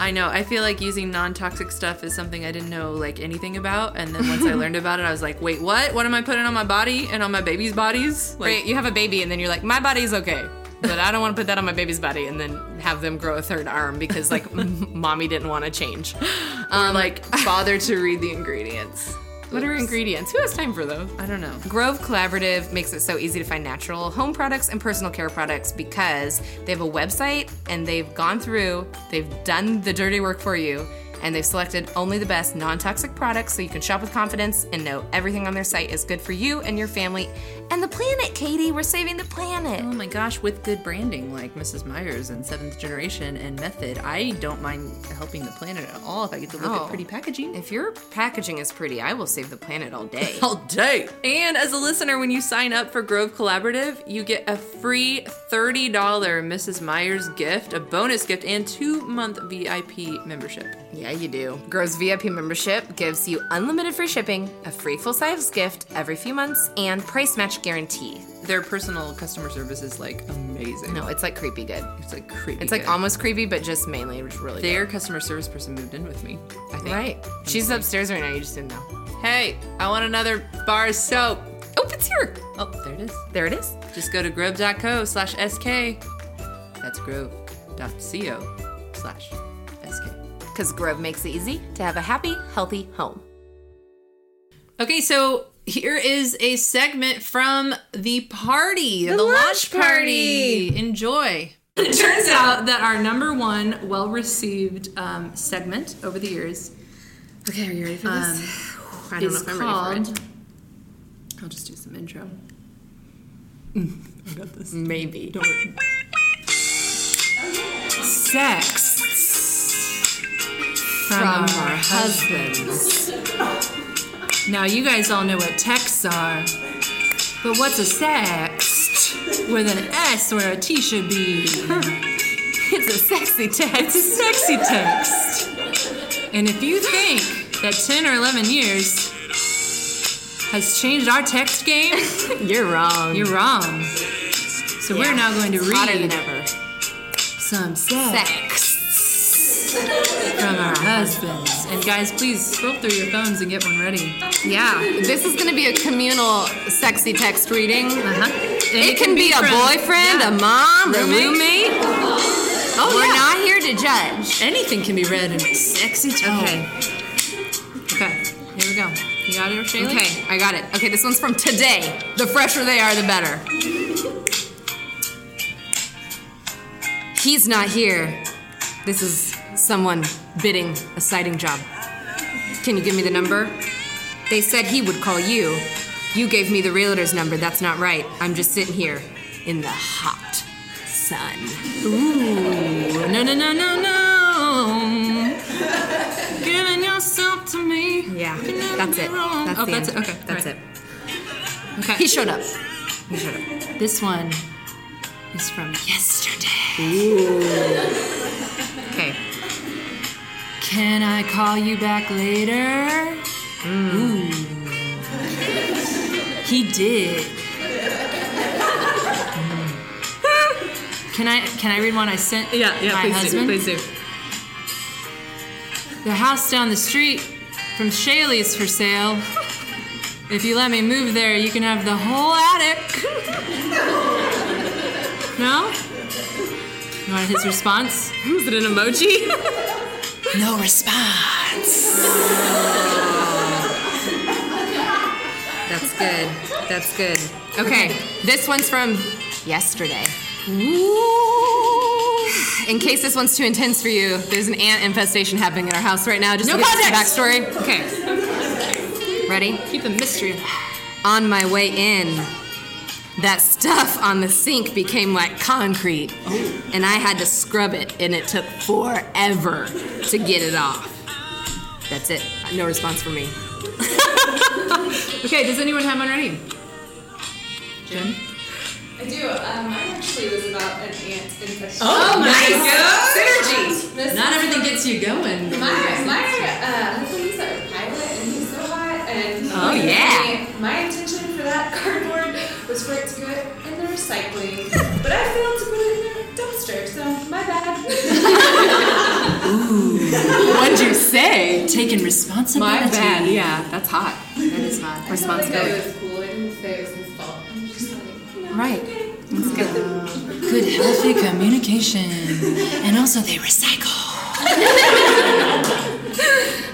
S3: I know, I feel like using non toxic stuff is something I didn't know like anything about. And then once I learned about it, I was like, wait, what? What am I putting on my body and on my baby's bodies? Like,
S2: Right, you have a baby and then you're like, my body's okay, but I don't want to put that on my baby's body and then have them grow a third arm because like m- mommy didn't want to change.
S3: or, like bother to read the ingredients.
S2: What are ingredients? Who has time for those?
S3: I don't know.
S2: Grove Collaborative makes it so easy to find natural home products and personal care products because they have a website and they've gone through, they've done the dirty work for you, and they've selected only the best non toxic products so you can shop with confidence and know everything on their site is good for you and your family and the planet, Katie. We're saving the planet.
S3: Oh my gosh, with good branding like Mrs. Myers and Seventh Generation and Method, I don't mind helping the planet at all if I get to look
S2: Oh.
S3: at pretty packaging.
S2: If your packaging is pretty, I will save the planet all day.
S3: All day. And as a listener, when you sign up for Grove Collaborative, you get a free $30 Mrs. Myers gift, a bonus gift, and two month VIP membership.
S2: yeah, you do. Grove's VIP membership gives you unlimited free shipping, a free full size gift every few months, and price match guarantee.
S3: Their personal customer service is like amazing.
S2: No, it's like creepy good.
S3: It's like creepy.
S2: It's like
S3: good.
S2: almost creepy, but just mainly just really
S3: their customer service person moved in with me. I
S2: good.
S3: think.
S2: Right. She's upstairs right now. You just didn't know.
S3: Hey, I want another bar of soap.
S2: Oh, it's here.
S3: Oh, there it is.
S2: There it is.
S3: Just go to grove.co slash sk. That's grove.co slash sk.
S2: Because Grove makes it easy to have a happy, healthy home.
S1: Okay, so here is a segment from the party, the,
S2: lunch
S1: launch
S2: party.
S1: party. Enjoy. It turns out that our number one well received um, segment over the years
S2: Okay, are you ready for
S1: um,
S2: I don't know
S1: is
S2: if I'm ready for
S1: called.
S2: it.
S1: I'll just do some intro.
S2: Maybe.
S1: Sex from, our husbands. now you guys all know what texts are, but what's a sext with an S where a T should be?
S2: It's a sexy
S1: It's a
S2: text.
S1: sexy text. And if you think that 10 or 11 years has changed our text game,
S2: You're wrong.
S1: you're wrong. So we're now going to
S2: hotter than
S1: read
S2: ever.
S1: some sex from our husbands. And guys, please scroll through your phones and get one ready.
S2: Uh-huh. Yeah, this is gonna be a communal sexy text reading.
S1: Uh-huh. And
S2: It, can, be, a
S1: from-
S2: boyfriend,
S1: yeah.
S2: a mom,
S1: Roommate.
S2: a roommate. Oh, We're not here to judge.
S1: Anything can be read in sexy tone. Okay. Here we go. You got it, Shaylee?
S2: Okay, I got it. Okay, this one's from today. The fresher they are, the better. He's not here. This is someone bidding a sighting job. Can you give me the number? They said he would call you. You gave me the realtor's number. That's not right. I'm just sitting here.
S3: in the hot sun. Ooh, no, no, no, no, no. Giving yourself to me.
S2: Yeah, that's it. That's
S1: Oh,
S2: the
S1: that's
S2: end.
S1: it. Okay,
S2: that's
S1: alright.
S2: it.
S1: Okay.
S3: He showed up.
S2: You showed up.
S1: This one is from yesterday.
S2: Okay.
S1: Can I call you back later? Mm. Ooh. He did. Mm. Can I can I read one I sent? my husband? do.
S3: The house down the street from Shaley's for sale. If you let me move there, you can have the whole attic. No? You want his response?
S2: Was it an emoji?
S1: No response.
S2: That's good. That's good. Okay, this one's from yesterday. In case this one's too intense for you, there's an ant infestation happening in our house right now. Just
S1: No
S2: to give you some
S1: context!
S2: backstory. Okay. Ready?
S1: Keep a mystery.
S2: On my way in, that stuff on the sink became like concrete, and I had to scrub it, and it took forever to get it off. That's it. No response from me.
S1: Okay, does anyone have one ready? Jen?
S4: I do. Um, mine actually was about an ant infestation.
S1: Oh,
S2: Synergy!
S4: This
S1: Not everything gets you going.
S4: My, my uh, husband is a pilot and he's so hot and
S2: Oh, yeah.
S4: my, my intention for that cardboard was for it to go in the recycling, but I failed to put it in the dumpster, so my bad.
S2: What'd you say?
S1: Taking responsibility.
S2: Yeah, that's hot. That is hot.
S4: I don't think I
S2: Responsibility.
S4: was cool. I didn't say it was his fault. I'm just like, you know,
S2: Right.
S4: okay.
S1: Good healthy communication. And also they recycle.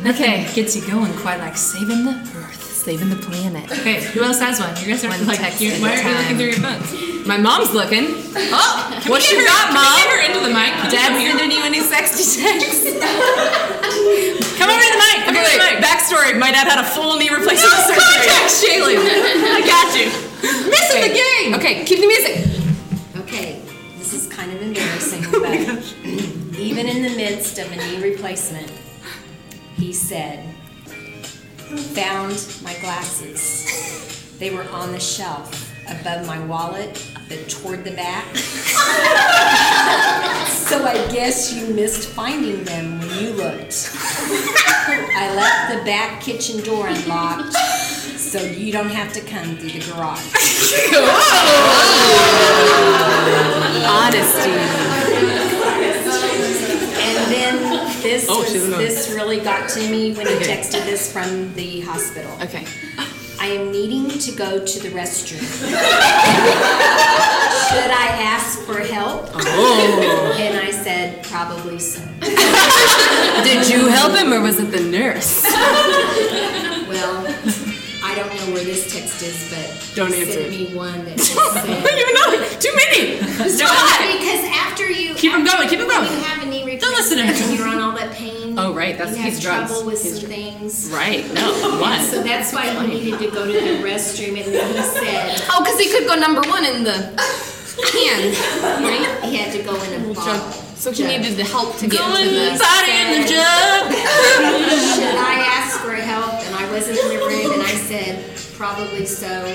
S1: okay. Gets you going quite like saving the earth.
S2: Saving the planet.
S1: Okay, who else has one? You guys are
S2: One
S1: like,
S2: text
S1: you
S2: at
S1: why
S2: a
S1: are you looking
S2: time.
S1: through your phones?
S2: My mom's looking. Oh, what
S1: Get
S2: you
S1: her-
S2: got,
S1: can
S2: mom?
S1: we Get her into the mic. Can you
S2: Dad's
S1: come here?
S2: sending you any sexy texts.
S1: Come over to the mic. Come over to the mic.
S2: Backstory: My dad had a full knee replacement surgery. Shaylee. I got you. Missing the game. Okay, keep the music.
S5: Okay, this is kind of embarrassing, but even in the midst of a knee replacement, he said, found my glasses. They were on the shelf above my wallet, but toward the back. so I guess you missed finding them when you looked. I left the back kitchen door unlocked, so you don't have to come through the garage.
S2: Honesty.
S5: And then this
S2: Oh,
S5: was,
S2: she's another.
S5: this really got to me when he
S2: Okay.
S5: texted this from the hospital.
S2: Okay.
S5: I am needing to go to the restroom. Should I ask for help?
S2: Oh.
S5: And I said, probably so.
S2: Did you help him or was it the nurse?
S5: Well, I don't know where this text is, but
S2: Don't
S5: he
S2: answer
S5: sent
S2: it.
S5: me one that just said.
S2: You're not too many.
S5: No,
S2: God.
S5: because after you
S2: Keep him going. Keep him
S5: when
S2: going.
S5: you have a knee replacement,
S2: listen to him.
S5: you're on all that pain.
S2: Oh, right, that's-
S5: you
S2: he's
S5: have
S2: drugs.
S5: trouble with
S2: He's
S5: some things.
S2: Right. No. One.
S5: So that's why he needed to go to the restroom, and then he said
S2: Oh, because he could go number one in the can.
S5: he had to go in a bottle.
S2: So he needed the help to get
S5: body in the
S2: jug.
S5: Should I ask for help? And I wasn't in the room, and I said probably so.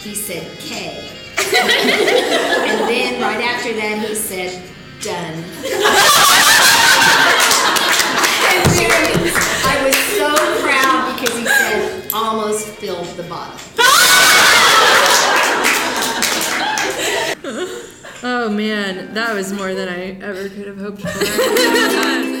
S5: He said K. and then right after that, he said done. and there it is. I was so proud because he said almost filled the bottle.
S1: Oh man, that was more than I ever could have hoped for.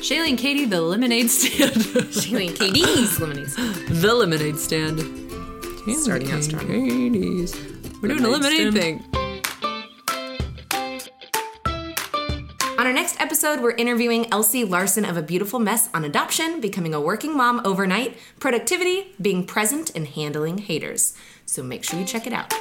S1: Shaylee and Katie, the lemonade stand. Shaylee and Katie's lemonade stand. The lemonade stand.
S2: Starting out strong.
S1: Katie's. We're doing a lemonade thing.
S2: On our next episode, we're interviewing Elsie Larson of A Beautiful Mess on adoption, becoming a working mom overnight, productivity, being present, and handling haters. So make sure you check it out.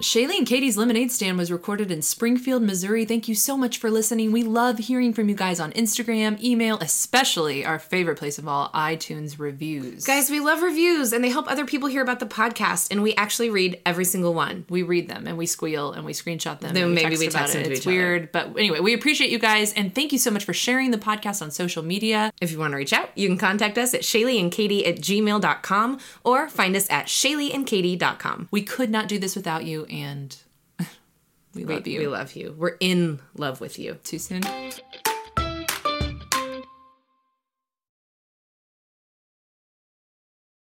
S1: Shaylee and Katie's Lemonade Stand was recorded in Springfield, Missouri. Thank you so much for listening. We love hearing from you guys on Instagram, email, especially our favorite place of all, iTunes reviews.
S2: Guys, we love reviews and they help other people hear about the podcast, and we actually read every single one.
S1: we read them and we squeal and we screenshot them.
S2: Then
S1: and
S2: maybe we
S1: about
S2: text them
S1: it.
S2: to
S1: It's
S2: each other.
S1: weird, but anyway, we appreciate you guys and thank you so much for sharing the podcast on social media.
S2: If you want to reach out, you can contact us at Shaylee and Katie at gmail.com or find us at ShayleeandKatie.com.
S1: We could not do this without you, and we love you.
S2: We love you. We're in love with you.
S1: Too soon.